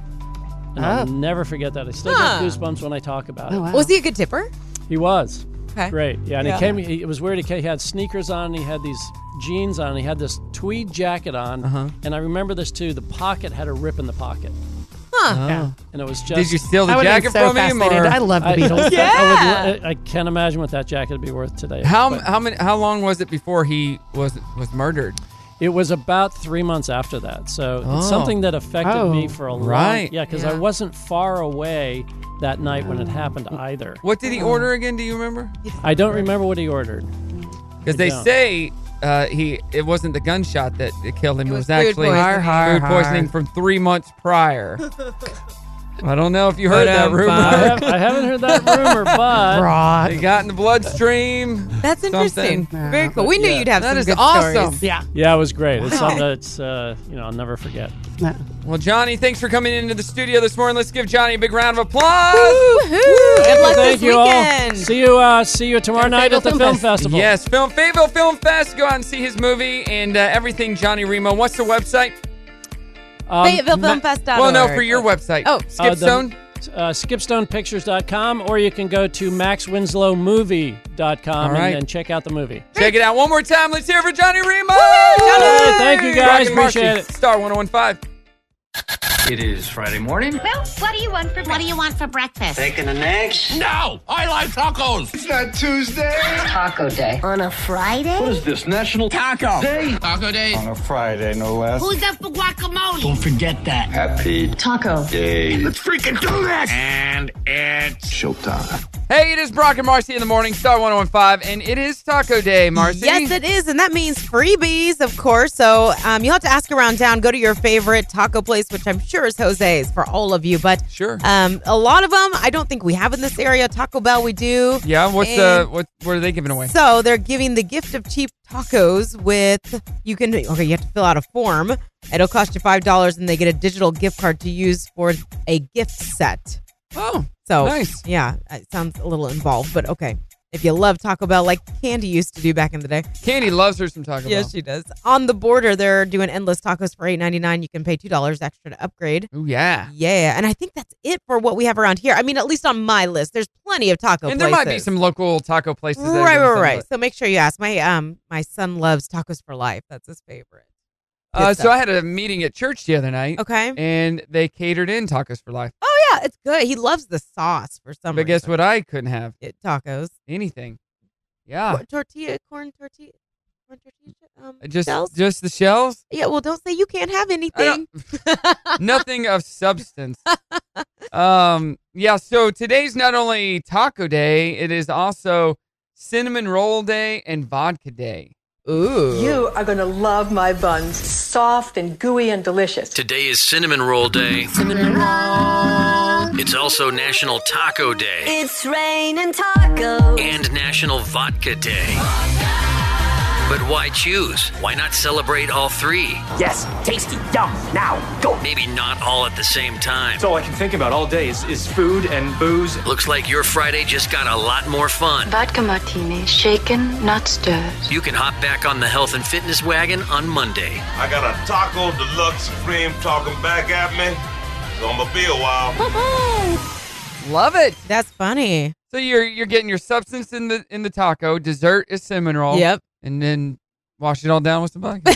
K: And I'll
D: Oh.
K: never forget that. I still
D: Huh.
K: get goosebumps when I talk about
G: Oh,
K: it.
D: Was he a good tipper?
K: He was.
D: Okay.
K: Great. Yeah, and
D: Yeah.
K: he came. He, it was weird. He ca- he had sneakers on. He had these jeans on. He had this tweed jacket on.
G: Uh-huh.
K: And I remember this too. The pocket had a rip in the pocket.
G: Huh.
K: Yeah. And it was just.
G: Did you steal the I would've been jacket so from him, fascinated. or- I love the Beatles.
K: I- I
G: Yeah.
K: would lo- I, I can't imagine what that jacket would be worth today.
G: How
K: but
G: how many how long was it before he was was murdered?
K: It was about three months after that. So
G: Oh.
K: it's something that affected
G: Oh.
K: me for a long.
G: Right.
K: Yeah, because I
G: Yeah.
K: wasn't far away that night when it happened either.
G: What did he order again? Do you remember?
K: I don't remember what he ordered.
G: Because they
K: don't.
G: say uh, he it wasn't the gunshot that, that killed him. It, was,
K: was food
G: actually
K: poisoning.
G: food
K: Har, har, har.
G: poisoning from three months prior. I don't know if you heard that rumor.
K: I, have, I haven't heard that rumor, but
G: They got in the bloodstream.
D: That's interesting.
G: Something.
D: Very cool. We knew
G: Yeah.
D: you'd have
G: That
D: some
G: is
D: good
G: awesome.
D: stories.
G: Yeah.
K: Yeah, it was great. It's
G: Wow.
K: something that's uh, you know I'll never forget.
G: Well, Johnny, thanks for coming into the studio this morning. Let's give Johnny a big round of applause.
D: Good luck
K: Thank
D: this
K: you all.
D: weekend.
K: See you. Uh, see you tomorrow night at the film, festival.
G: Yes, Film Fayetteville Film Fest. Go out and see his movie and uh, everything Johnny Remo. What's the website?
K: Um,
D: FayettevilleFilmFest.org.
G: Well, no, for your website.
D: Oh.
K: uh, the-
G: Skipstone.
K: Uh, skipstonepictures.com or you can go to maxwinslowmovie.com
G: All right.
K: and, and check out the movie.
G: Check it out one more time. Let's hear it for Johnny Remo.
K: Hey, Oh, thank you, guys.
G: Rocket Marcy,
K: Appreciate it.
G: Star 1015.
M: It is Friday morning.
E: Well, what do you want for What do you want for breakfast?
M: Taking an egg? No! I like tacos! It's not Tuesday! Taco Day.
E: On a Friday?
M: What is this, National Taco Day? Taco Day.
J: On a Friday, no less.
E: Who's up for guacamole?
M: forget that. Happy
E: Taco.
M: Day. Let's freaking do this! And it's showtime.
G: Hey, it is Brock and Marcy in the morning, Star 1015, and it is Taco Day, Marcy.
D: Yes, it is, and that means freebies, of course. So um, you'll have to ask around town. Go to your favorite taco place, which I'm sure is Jose's for all of you. But
G: sure,
D: um, a lot of them I don't think we have in this area. Taco Bell, we do.
G: Yeah, what's
D: And
G: uh, what, what are they giving away?
D: So they're giving the gift of cheap tacos with you can okay, you have to fill out a form. It'll cost you five dollars, and they get a digital gift card to use for a gift set.
G: Oh,
D: So
G: nice.
D: yeah, it sounds a little involved, but okay. If you love Taco Bell, like Candy used to do back in the day,
G: Candy loves her some Taco
D: Yes,
G: Bell.
D: she does. on the border they're doing endless tacos for eight ninety nine. You can pay two dollars extra to upgrade.
G: Ooh, yeah.
D: Yeah, and I think that's it for what we have around here. I mean, at least on my list, there's plenty of taco.
G: And there might be
D: places.
G: some local taco places. that are
D: Right,
G: doing
D: right,
G: some,
D: right.
G: but-
D: So make sure you ask. My um, my son loves tacos for life. That's his favorite. Good
G: Uh,
D: stuff.
G: so I had a meeting at church the other night.
D: Okay.
G: And they catered in tacos for life.
D: Oh yeah, it's good. He loves the sauce for some
G: but
D: reason.
G: guess what? I couldn't have
D: It, tacos.
G: anything. Yeah.
D: What, tortilla, corn tortilla, corn tortilla. Um,
G: Just
D: shells?
G: just the shells.
D: Yeah. Well, don't say you can't have anything.
G: nothing of substance. Um, yeah, so today's not only taco day, it is also cinnamon roll day and vodka day.
D: Ooh.
O: You are going to love my buns. Soft and gooey and delicious.
P: Today is Cinnamon Roll Day.
O: Cinnamon roll.
P: It's also National Taco Day
E: It's raining tacos.
P: and National Vodka Day. But why choose? Why not celebrate all three?
Q: Yes, tasty, yum, now, go.
P: Maybe not all at the same time.
Q: That's all I can think about all day is, is food and booze.
P: Looks like your Friday just got a lot more fun.
R: Vodka martini, shaken, not stirred.
P: You can hop back on the health and fitness wagon on Monday.
S: I got a taco deluxe supreme talking back at me. It's gonna be a while.
G: Love it.
D: That's funny.
G: So you're you're getting your substance in the in the taco, dessert is cinnamon roll.
D: Yep.
G: And then wash it all down with some vodka.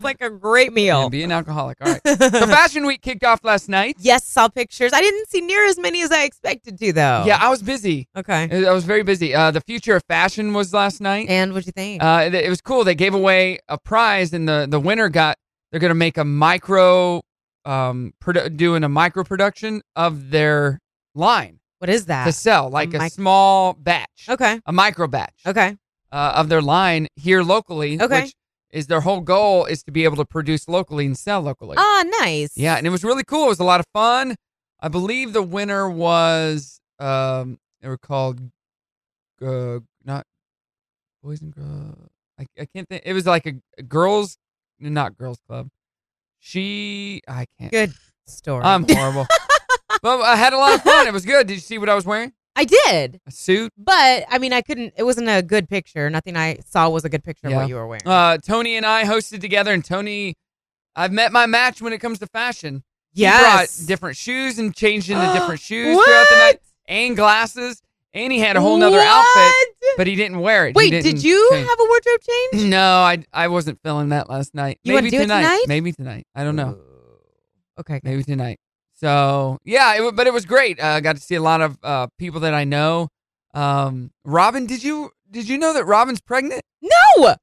D: like a great meal.
G: And be an alcoholic. All right. So Fashion Week kicked off last night.
D: Yes, saw pictures. I didn't see near as many as I expected to, though.
G: Yeah, I was busy.
D: Okay.
G: I was very busy. Uh, the future of fashion was last night.
D: And what'd you think?
G: Uh, it, it was cool. They gave away a prize, and the the winner got. They're gonna make a micro, um, produ- doing a micro production of their line.
D: What is that?
G: To sell like a,
D: Ah, mic-
G: small batch.
D: Okay.
G: A micro batch.
D: Okay.
G: Uh, of their line here locally.
D: Okay.
G: Which is their whole goal is to be able to produce locally and sell locally.
D: Ah, nice.
G: Yeah, and it was really cool. It was a lot of fun. I believe the winner was um they were called uh not boys and girls. I, I can't think. It was like a, a girls, not girls club. She I can't.
D: Good story.
G: I'm horrible. but I had a lot of fun. It was good. Did you see what I was wearing?
D: I did.
G: A suit.
D: But I mean, I couldn't. It wasn't a good picture. Nothing I saw was a good picture of what you were wearing.
G: Uh, Tony and I hosted together, and Tony, I've met my match when it comes to fashion. He
D: Yes.
G: brought different shoes and changed into different shoes throughout the night, and glasses, and he had a whole nother outfit, but he didn't wear it. He
D: Wait,
G: didn't
D: did you
G: change.
D: have a wardrobe change?
G: No, I I wasn't feeling that last night.
D: You wanna
G: Maybe
D: do it tonight?
G: Maybe tonight. I don't know.
D: Okay.
G: Maybe tonight. So yeah, it, wa- but it was great. Uh, I got to see a lot of uh, people that I know. Um, Robin, did you did you know that Robin's pregnant?
D: No.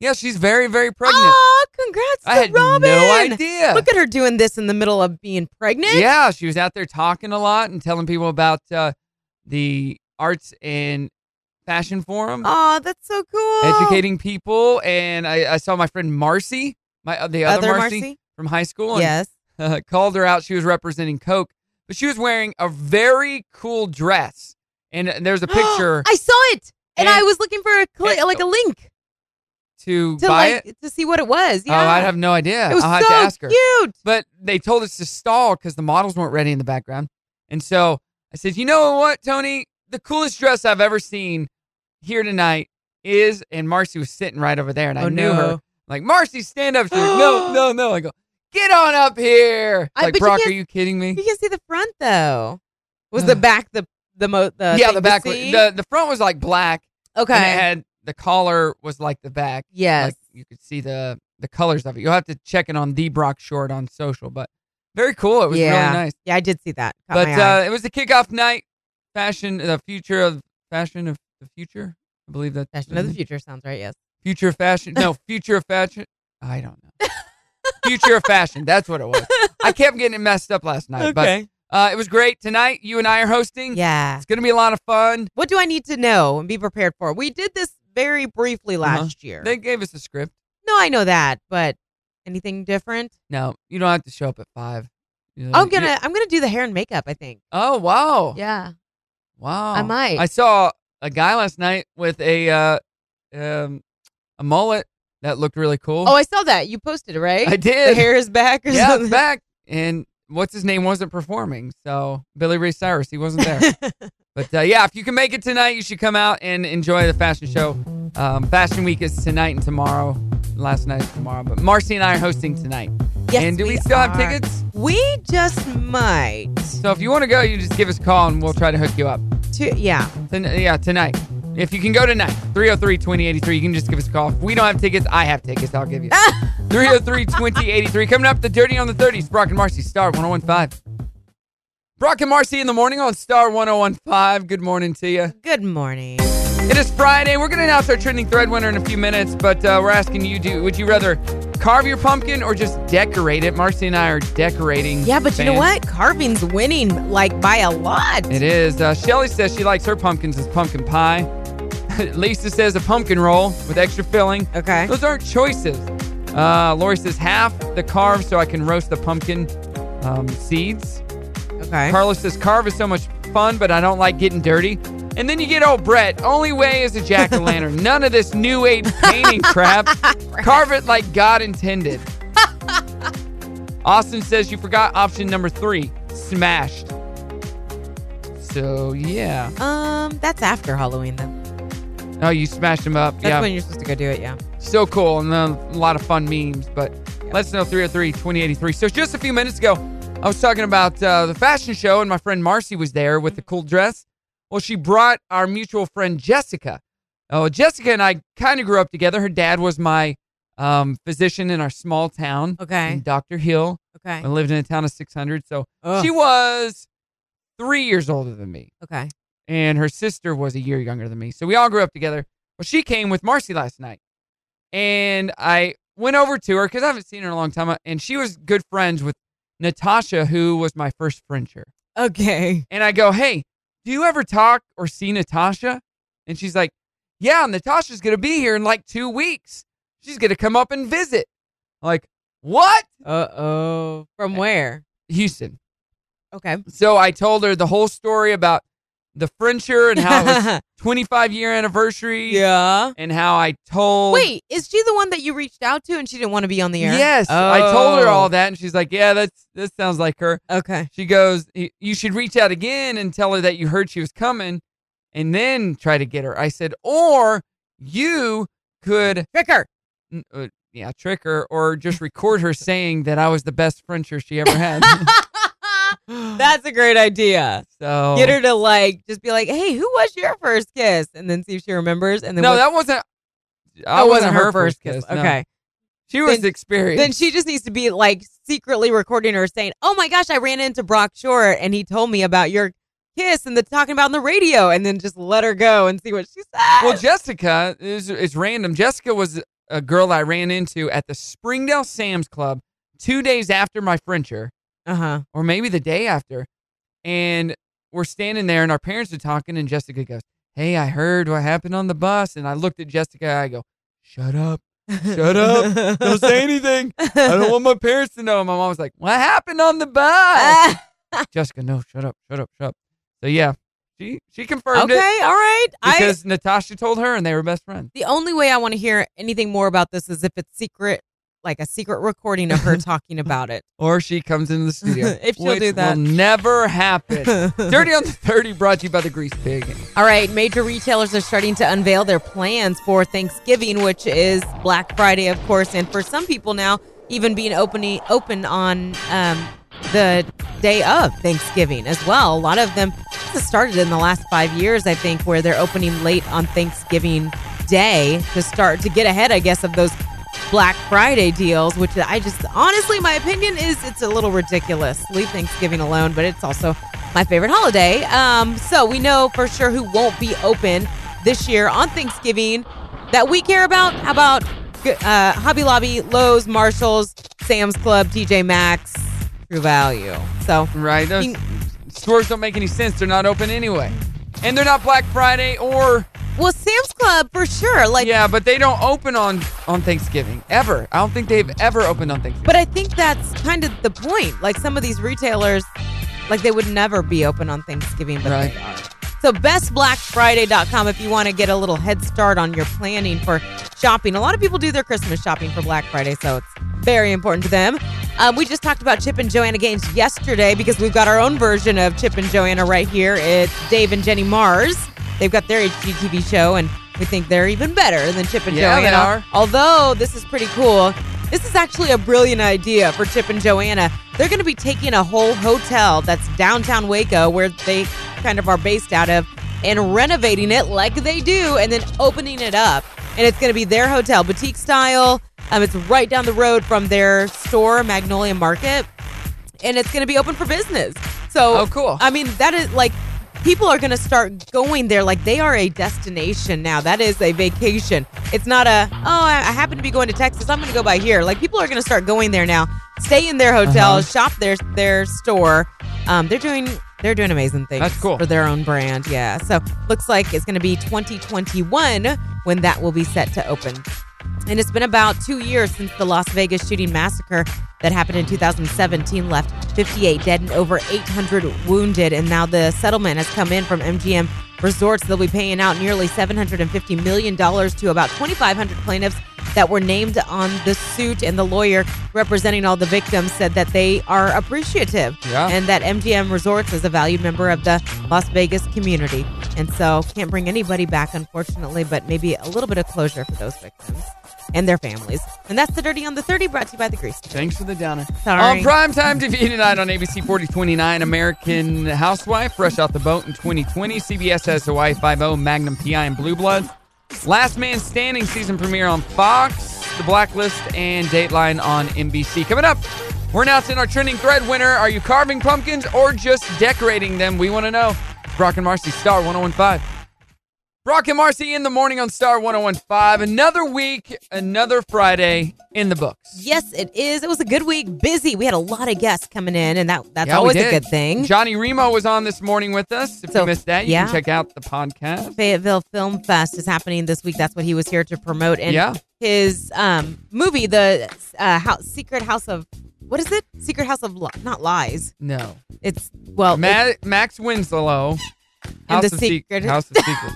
G: Yeah, she's very very pregnant.
D: Oh, congrats
G: I
D: to
G: had no
D: Robin.
G: idea.
D: Look at her doing this in the middle of being pregnant.
G: Yeah, she was out there talking a lot and telling people about uh, the arts and fashion forum,
D: Oh, that's so cool.
G: educating people. And I, I saw my friend Marcy, my uh, the other,
D: Other
G: Marcy,
D: Marcy?
G: from high school. And,
D: Yes.
G: uh, called her out. She was representing Coke, but she was wearing a very cool dress. And uh, there's a picture
D: I saw it, and,
G: And-
D: I was looking for a cli
G: and-
D: like a link
G: to,
D: to
G: buy
D: like
G: it.
D: to see what it was. Yeah.
G: Oh, I have no idea.
D: It was
G: I'll have
D: so
G: to ask her.
D: cute.
G: But they told us to stall because the models weren't ready in the background. And so I said, you know what, Tony? The coolest dress I've ever seen here tonight is, and Marcy was sitting right over there, and I
D: Oh,
G: knew her.
D: no.
G: I'm Like, Marcy, stand up. She's like, no, no, no. I go, get on up here.
D: I-
G: like,
D: but you
G: Brock, are
D: can't-
G: you kidding me?
D: You can see the front though. Was the back the the mo the
G: yeah,
D: thing
G: the
D: to
G: back.
D: see?
G: The the front was like black.
D: Okay.
G: And it had the collar was like the back.
D: Yes.
G: Like you could see the the colors of it. You'll have to check it on the Brock Short on social, but very cool. It was
D: yeah.
G: really nice.
D: Yeah, I did see that. Caught
G: But
D: my eye.
G: uh, it was the kickoff night. Fashion, the future of fashion of the future. I believe that
D: Fashion of the future sounds right. Yes.
G: Future of fashion. No, future of fashion. I don't know. future of fashion. That's what it was. I kept getting it messed up last night.
D: Okay.
G: But uh, it was great tonight. You and I are hosting.
D: Yeah.
G: It's gonna be a lot of fun.
D: What do I need to know and be prepared for? We did this very briefly last
G: Uh-huh.
D: year.
G: They gave us a script.
D: no, I know that, but anything different?
G: No, you don't have to show up at five. You know,
D: I'm
G: you-
D: gonna I'm gonna do the hair and makeup. I think.
G: Mm, Oh wow!
D: Yeah.
G: Wow.
D: I might.
G: I saw a guy last night with a uh, um, a mullet that looked really cool.
D: Oh, I saw that. You posted it, right?
G: I did.
D: The hair is back or
G: yeah,
D: something.
G: it's back. And what's his name wasn't performing, so Billy Ray Cyrus he wasn't there. but uh, yeah, if you can make it tonight, you should come out and enjoy the fashion show. Um, fashion Week is tonight and tomorrow. Last night is tomorrow, but Marcy and I are hosting tonight.
D: Yes,
G: and do we,
D: we
G: still have
D: are.
G: tickets?
D: We just might.
G: So if you want to go, you just give us a call and we'll try to hook you up.
D: To, yeah.
G: Ton- yeah, tonight. If you can go tonight, 303 2083, you can just give us a call. If we don't have tickets, I have tickets. I'll give you 303 2083. Coming up, the Dirty on the 30s. Brock and Marcy, Star 1015. Brock and Marcy in the morning on Star 1015. Good morning to you.
D: Good morning.
G: It is Friday. We're going to announce our trending thread winner in a few minutes, but uh, we're asking you do would you rather carve your pumpkin or just decorate it? Marcy and I are decorating.
D: Yeah, but you know
G: fans.
D: what? Carving's winning like by a lot.
G: It is. Uh, Shelly says she likes her pumpkins as pumpkin pie. Lisa says a pumpkin roll with extra filling.
D: Okay.
G: Those aren't choices. Uh, Lori says half the carve so I can roast the pumpkin um, seeds.
D: Okay.
G: Carlos says carve is so much fun, but I don't like getting dirty. And then you get old Brett. Only way is a jack o' lantern. None of this new age painting crap. Carve it like God intended. Austin says you forgot option number three smashed. So, yeah.
D: Um, that's after Halloween then.
G: Oh, you smashed him up.
D: That's
G: yeah.
D: when you're supposed to go do it, yeah.
G: so cool and then a lot of fun memes but let's know 303-2083 so just a few minutes ago i was talking about uh, the fashion show and my friend marcy was there with the
D: Mm-hmm.
G: cool dress well she brought our mutual friend jessica oh jessica and i kind of grew up together her dad was my um, physician in our small town
D: Okay.
G: in dr hill
D: Okay.
G: Mm. i lived in a town of 600 so
D: Ugh.
G: she was three years older than me
D: Okay.
G: and her sister was a year younger than me. So we all grew up together. Well, she came with Marcy last night, and I went over to her because I haven't seen her in a long time. And she was good friends with Natasha, who was my first Frencher.
D: Okay.
G: And I go, "Hey, do you ever talk or see Natasha?" And she's like, "Yeah, Natasha's gonna be here in like two weeks. She's gonna come up and visit." I'm like, what?
D: Uh oh. From where?
G: Houston.
D: Okay.
G: So I told her the whole story about the Frencher and how it was 25 year anniversary.
D: Yeah.
G: And how I told.
D: Wait, is she the one that you reached out to and she didn't want to be on the air?
G: Yes, I told her all
D: that.
G: that, and she's like, "Yeah, that's this sounds like her."
D: Oh. Okay.
G: She goes, "You you should reach out again and tell her that you heard she was coming, and then try to get her." I said, "Or you could uh,
D: trick her."
G: yeah, trick her, or just record her saying that I was the best Frencher she ever had."
D: That's a great idea.
G: So
D: Get her to like just be like, "Hey, who was your first kiss?" and then see if she remembers. And then
G: no,
D: what-
G: that wasn't. I
D: Oh, it
G: wasn't her first kiss, no.
D: Okay,
G: She was
D: Then-
G: experienced.
D: Then she just needs to be like secretly recording her saying, "Oh my gosh, I ran into Brock Short and he told me about your kiss and the talking about on the radio," and then just let her go and see what she says.
G: Well, Jessica is it's random. Jessica was a girl I ran into at the Springdale Sam's Club two days after my Frencher,
D: uh huh,
G: or maybe the day after, and we're standing there and our parents are talking, and Jessica goes, "Hey, I heard what happened on the bus," and I looked at Jessica. I go, "Shut up." Shut up. Don't say anything. I don't want my parents to know. My mom was like, What happened on the bus?
D: Ah.
G: Jessica, no, shut up, shut up, shut up. So yeah. She she confirmed
D: Okay,
G: it.
D: all right. I-
G: Because Natasha told her and they were best friends.
D: The only way I want to hear anything more about this is if it's secret, like a secret recording of her talking about it.
G: Or she comes into the studio.
D: If she'll
G: which
D: do that.
G: will never happen. Dirty on the 30 brought to you by the Grease Pig.
D: All right, major retailers are starting to unveil their plans for Thanksgiving, which is Black Friday, of course, and for some people now, even being opening open on um, the day of Thanksgiving as well. A lot of them this has started in the last five years, I think, where they're opening late on Thanksgiving Day to start to get ahead, I guess, of those Black Friday deals. Which I just honestly, my opinion is it's a little ridiculous. Leave Thanksgiving alone, but it's also my favorite holiday. Um, so we know for sure who won't be open this year on Thanksgiving that we care about. How about uh, Hobby Lobby, Lowe's, Marshalls, Sam's Club, TJ Maxx, True Value. So
G: right, those stores don't make any sense. They're not open anyway. And they're not Black Friday or
D: Well, Sam's Club for sure. Like
G: Yeah, but they don't open on on Thanksgiving ever. I don't think they've ever opened on Thanksgiving.
D: But I think that's kind of the point. Like some of these retailers, like they would never be open on Thanksgiving, but
G: Right.
D: they are. So bestblackfriday.com if you want to get a little head start on your planning for shopping. A lot of people do their Christmas shopping for Black Friday, so it's very important to them. Um, we just talked about Chip and Joanna Gaines yesterday because we've got our own version of Chip and Joanna right here. It's Dave and Jenny Mars. They've got their HGTV show, and we think they're even better than Chip and
G: Yeah, they
D: Joanna.
G: are.
D: Although this is pretty cool. This is actually a brilliant idea for Chip and Joanna. They're going to be taking a whole hotel that's downtown Waco, where they kind of are based out of, and renovating it like they do, and then opening it up. And it's going to be their hotel, boutique style. Um, it's right down the road from their store, Magnolia Market and it's going to be open for business. So,
G: Oh, cool.
D: I mean, that is like people are going to start going there. Like they are a destination now. That is a vacation. It's not a oh, I I happen to be going to Texas. I'm going to go by here. Like people are going to start going there now. Stay in their hotel,
G: Uh-huh.
D: shop their their store. Um, they're doing they're doing amazing things.
G: That's cool.
D: for their own brand. Yeah. So looks like it's going to be 2021 when that will be set to open. And it's been about two years since the Las Vegas shooting massacre that happened in 2017 left 58 dead and over 800 wounded. And now the settlement has come in from MGM Resorts. They'll be paying out nearly $750 million to about 2,500 plaintiffs that were named on the suit. And the lawyer representing all the victims said that they are appreciative
G: Yeah.
D: and that MGM Resorts is a valued member of the Las Vegas community. And so can't bring anybody back, unfortunately, but maybe a little bit of closure for those victims and their families. And that's the Dirty on the 30 brought to you by the Grease.
G: Thanks for the downer.
D: Sorry.
G: On primetime TV tonight on ABC 4029, American Housewife, Fresh Out the Boat in 2020. CBS has Hawaii 5 Magnum PI, and Blue Bloods. Last Man Standing season premiere on Fox, The Blacklist, and Dateline on NBC. Coming up, we're announcing our trending thread winner. Are you carving pumpkins or just decorating them? We want to know. Brock and Marcy, Star 1015. Brock and Marcy in the morning on Star 1015. Another week, another Friday in the books.
D: Yes, it is. It was a good week. Busy. We had a lot of guests coming in, and that that's
G: Yeah, we
D: always a
G: did.
D: good thing.
G: Johnny Remo was on this morning with us. If you missed that, you
D: yeah.
G: can check out the podcast.
D: Fayetteville Film Fest is happening this week. That's what he was here to promote. And
G: Yeah.
D: his um, movie, the uh, House, Secret House of, what is it? Secret House of, Li- not lies.
G: No.
D: It's well,
G: Ma- Max Winslow, House
D: The
G: of Sec-
D: Secret.
G: House of Secret.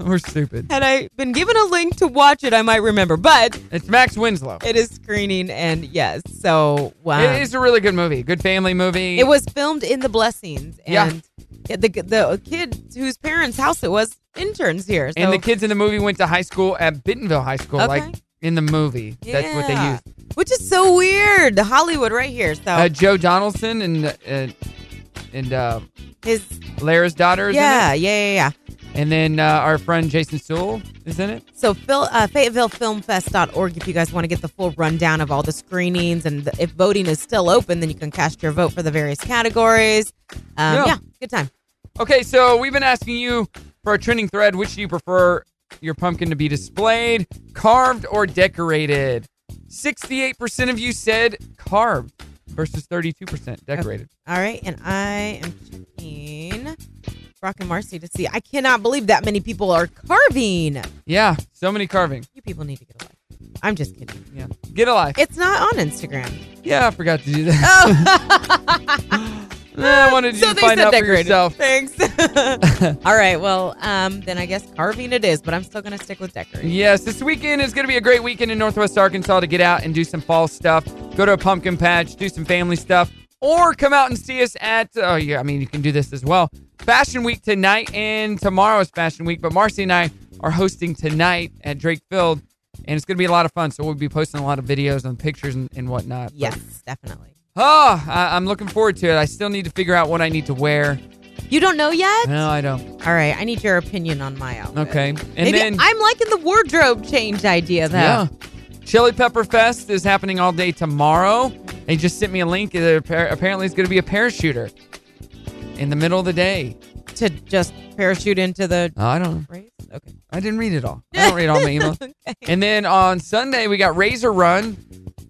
G: We're stupid.
D: Had I been given a link to watch it, I might remember. But
G: it's Max Winslow.
D: It is screening, and yes, so wow.
G: It is a really good movie. Good family movie.
D: It was filmed in the Blessings,
G: Yeah.
D: and yeah. the the kids whose parents' house it was interns here. So
G: And the kids in the movie went to high school at Bentonville High School,
D: Okay.
G: like in the movie. That's what they
D: Yeah. Oh.
G: used.
D: which is so weird. The Hollywood right here. So
G: Uh, Joe Donaldson and uh, and uh,
D: his
G: Lara's daughter. Is
D: Yeah,
G: in it.
D: yeah, yeah, yeah.
G: And then uh, our friend Jason Sewell is in it.
D: So Phil, uh, FayettevilleFilmFest.org if you guys want to get the full rundown of all the screenings and the, if voting is still open, then you can cast your vote for the various categories. Um,
G: Yeah.
D: yeah, good time.
G: Okay, so we've been asking you for our trending thread. Which do you prefer your pumpkin to be displayed, carved, or decorated? Sixty-eight percent of you said carved versus thirty-two percent decorated.
D: All right, and I am checking Brock and Marcy to see. I cannot believe that many people are carving.
G: Yeah, so many carving.
D: You people need to get a life. I'm just kidding.
G: Yeah, get a life.
D: It's not on Instagram. Oh,
G: Yeah, I forgot to do that. I wanted you
D: so
G: to
D: they
G: find
D: said
G: out for
D: decorated.
G: yourself.
D: Thanks. All right, well, um, then I guess carving it is, but I'm still gonna stick with decorating.
G: Yes, this weekend is going to be a great weekend in Northwest Arkansas to get out and do some fall stuff, go to a pumpkin patch, do some family stuff, or come out and see us at, oh, yeah, I mean, you can do this as well. Fashion Week tonight and tomorrow is Fashion Week, but Marcy and I are hosting tonight at Drake Field, and it's going to be a lot of fun. So we'll be posting a lot of videos and pictures and, and whatnot. but-
D: Yes, definitely.
G: oh, I, I'm looking forward to it. I still need to figure out what I need to wear.
D: You don't know yet?
G: No, I don't.
D: All right, I need your opinion on my outfit.
G: Okay. And
D: Maybe
G: then.
D: I'm liking the wardrobe change idea though.
G: Yeah. Chili Pepper Fest is happening all day tomorrow. They just sent me a link. There appar- Apparently, it's going to be a parachuter in the middle of the day.
D: To just parachute into the.
G: Oh, I don't know.
D: race? Okay.
G: I didn't read it all. I don't read all my email. And then on Sunday, we got Razor Run,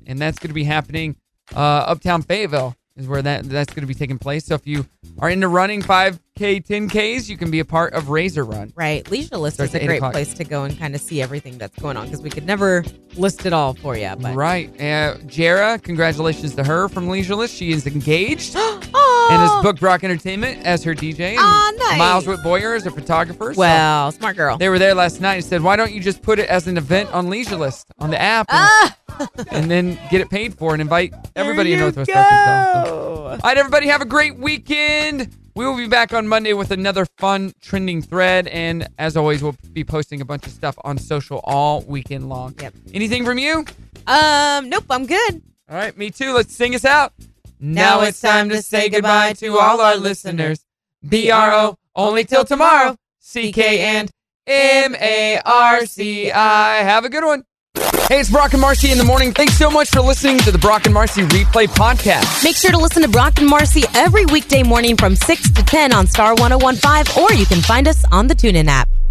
G: and that's going to be happening uh, uptown Fayetteville is where that that's going to be taking place. So if you are into running 5K, 10Ks, you can be a part of Razor Run.
D: Right. Leisure List
G: Starts
D: is
G: at
D: a
G: 8
D: great
G: o'clock.
D: place to go and kind of see everything that's going on because we could never list it all for you. But
G: Right. Uh, Jara, congratulations to her from Leisure List. She is engaged and
D: Oh,
G: has booked Rock Entertainment as her DJ. And
D: Aw, nice.
G: Miles with Boyer is a photographer. so
D: Well, smart girl.
G: They were there last night and said, why don't you just put it as an event on Leisure List on the app and, and then get it paid for and invite everybody
D: Ah.
G: in
D: you
G: Northwest
D: go.
G: Arkansas. So- All right, everybody, have a great weekend. We will be back on Monday with another fun trending thread. And as always, we'll be posting a bunch of stuff on social all weekend long. Yep. Anything from you?
D: um, nope, I'm good.
G: All right, me too. Let's sing us out.
D: Now it's time to say goodbye to all our listeners.
G: BRO, only till tomorrow. CK and M A R C I. Have a good one. Hey, it's Brock and Marcy in the morning. Thanks so much for listening to the Brock and Marcy Replay Podcast.
D: Make sure to listen to Brock and Marcy oh every weekday morning from 6 to 10 on Star 1015, or you can find us on the TuneIn app.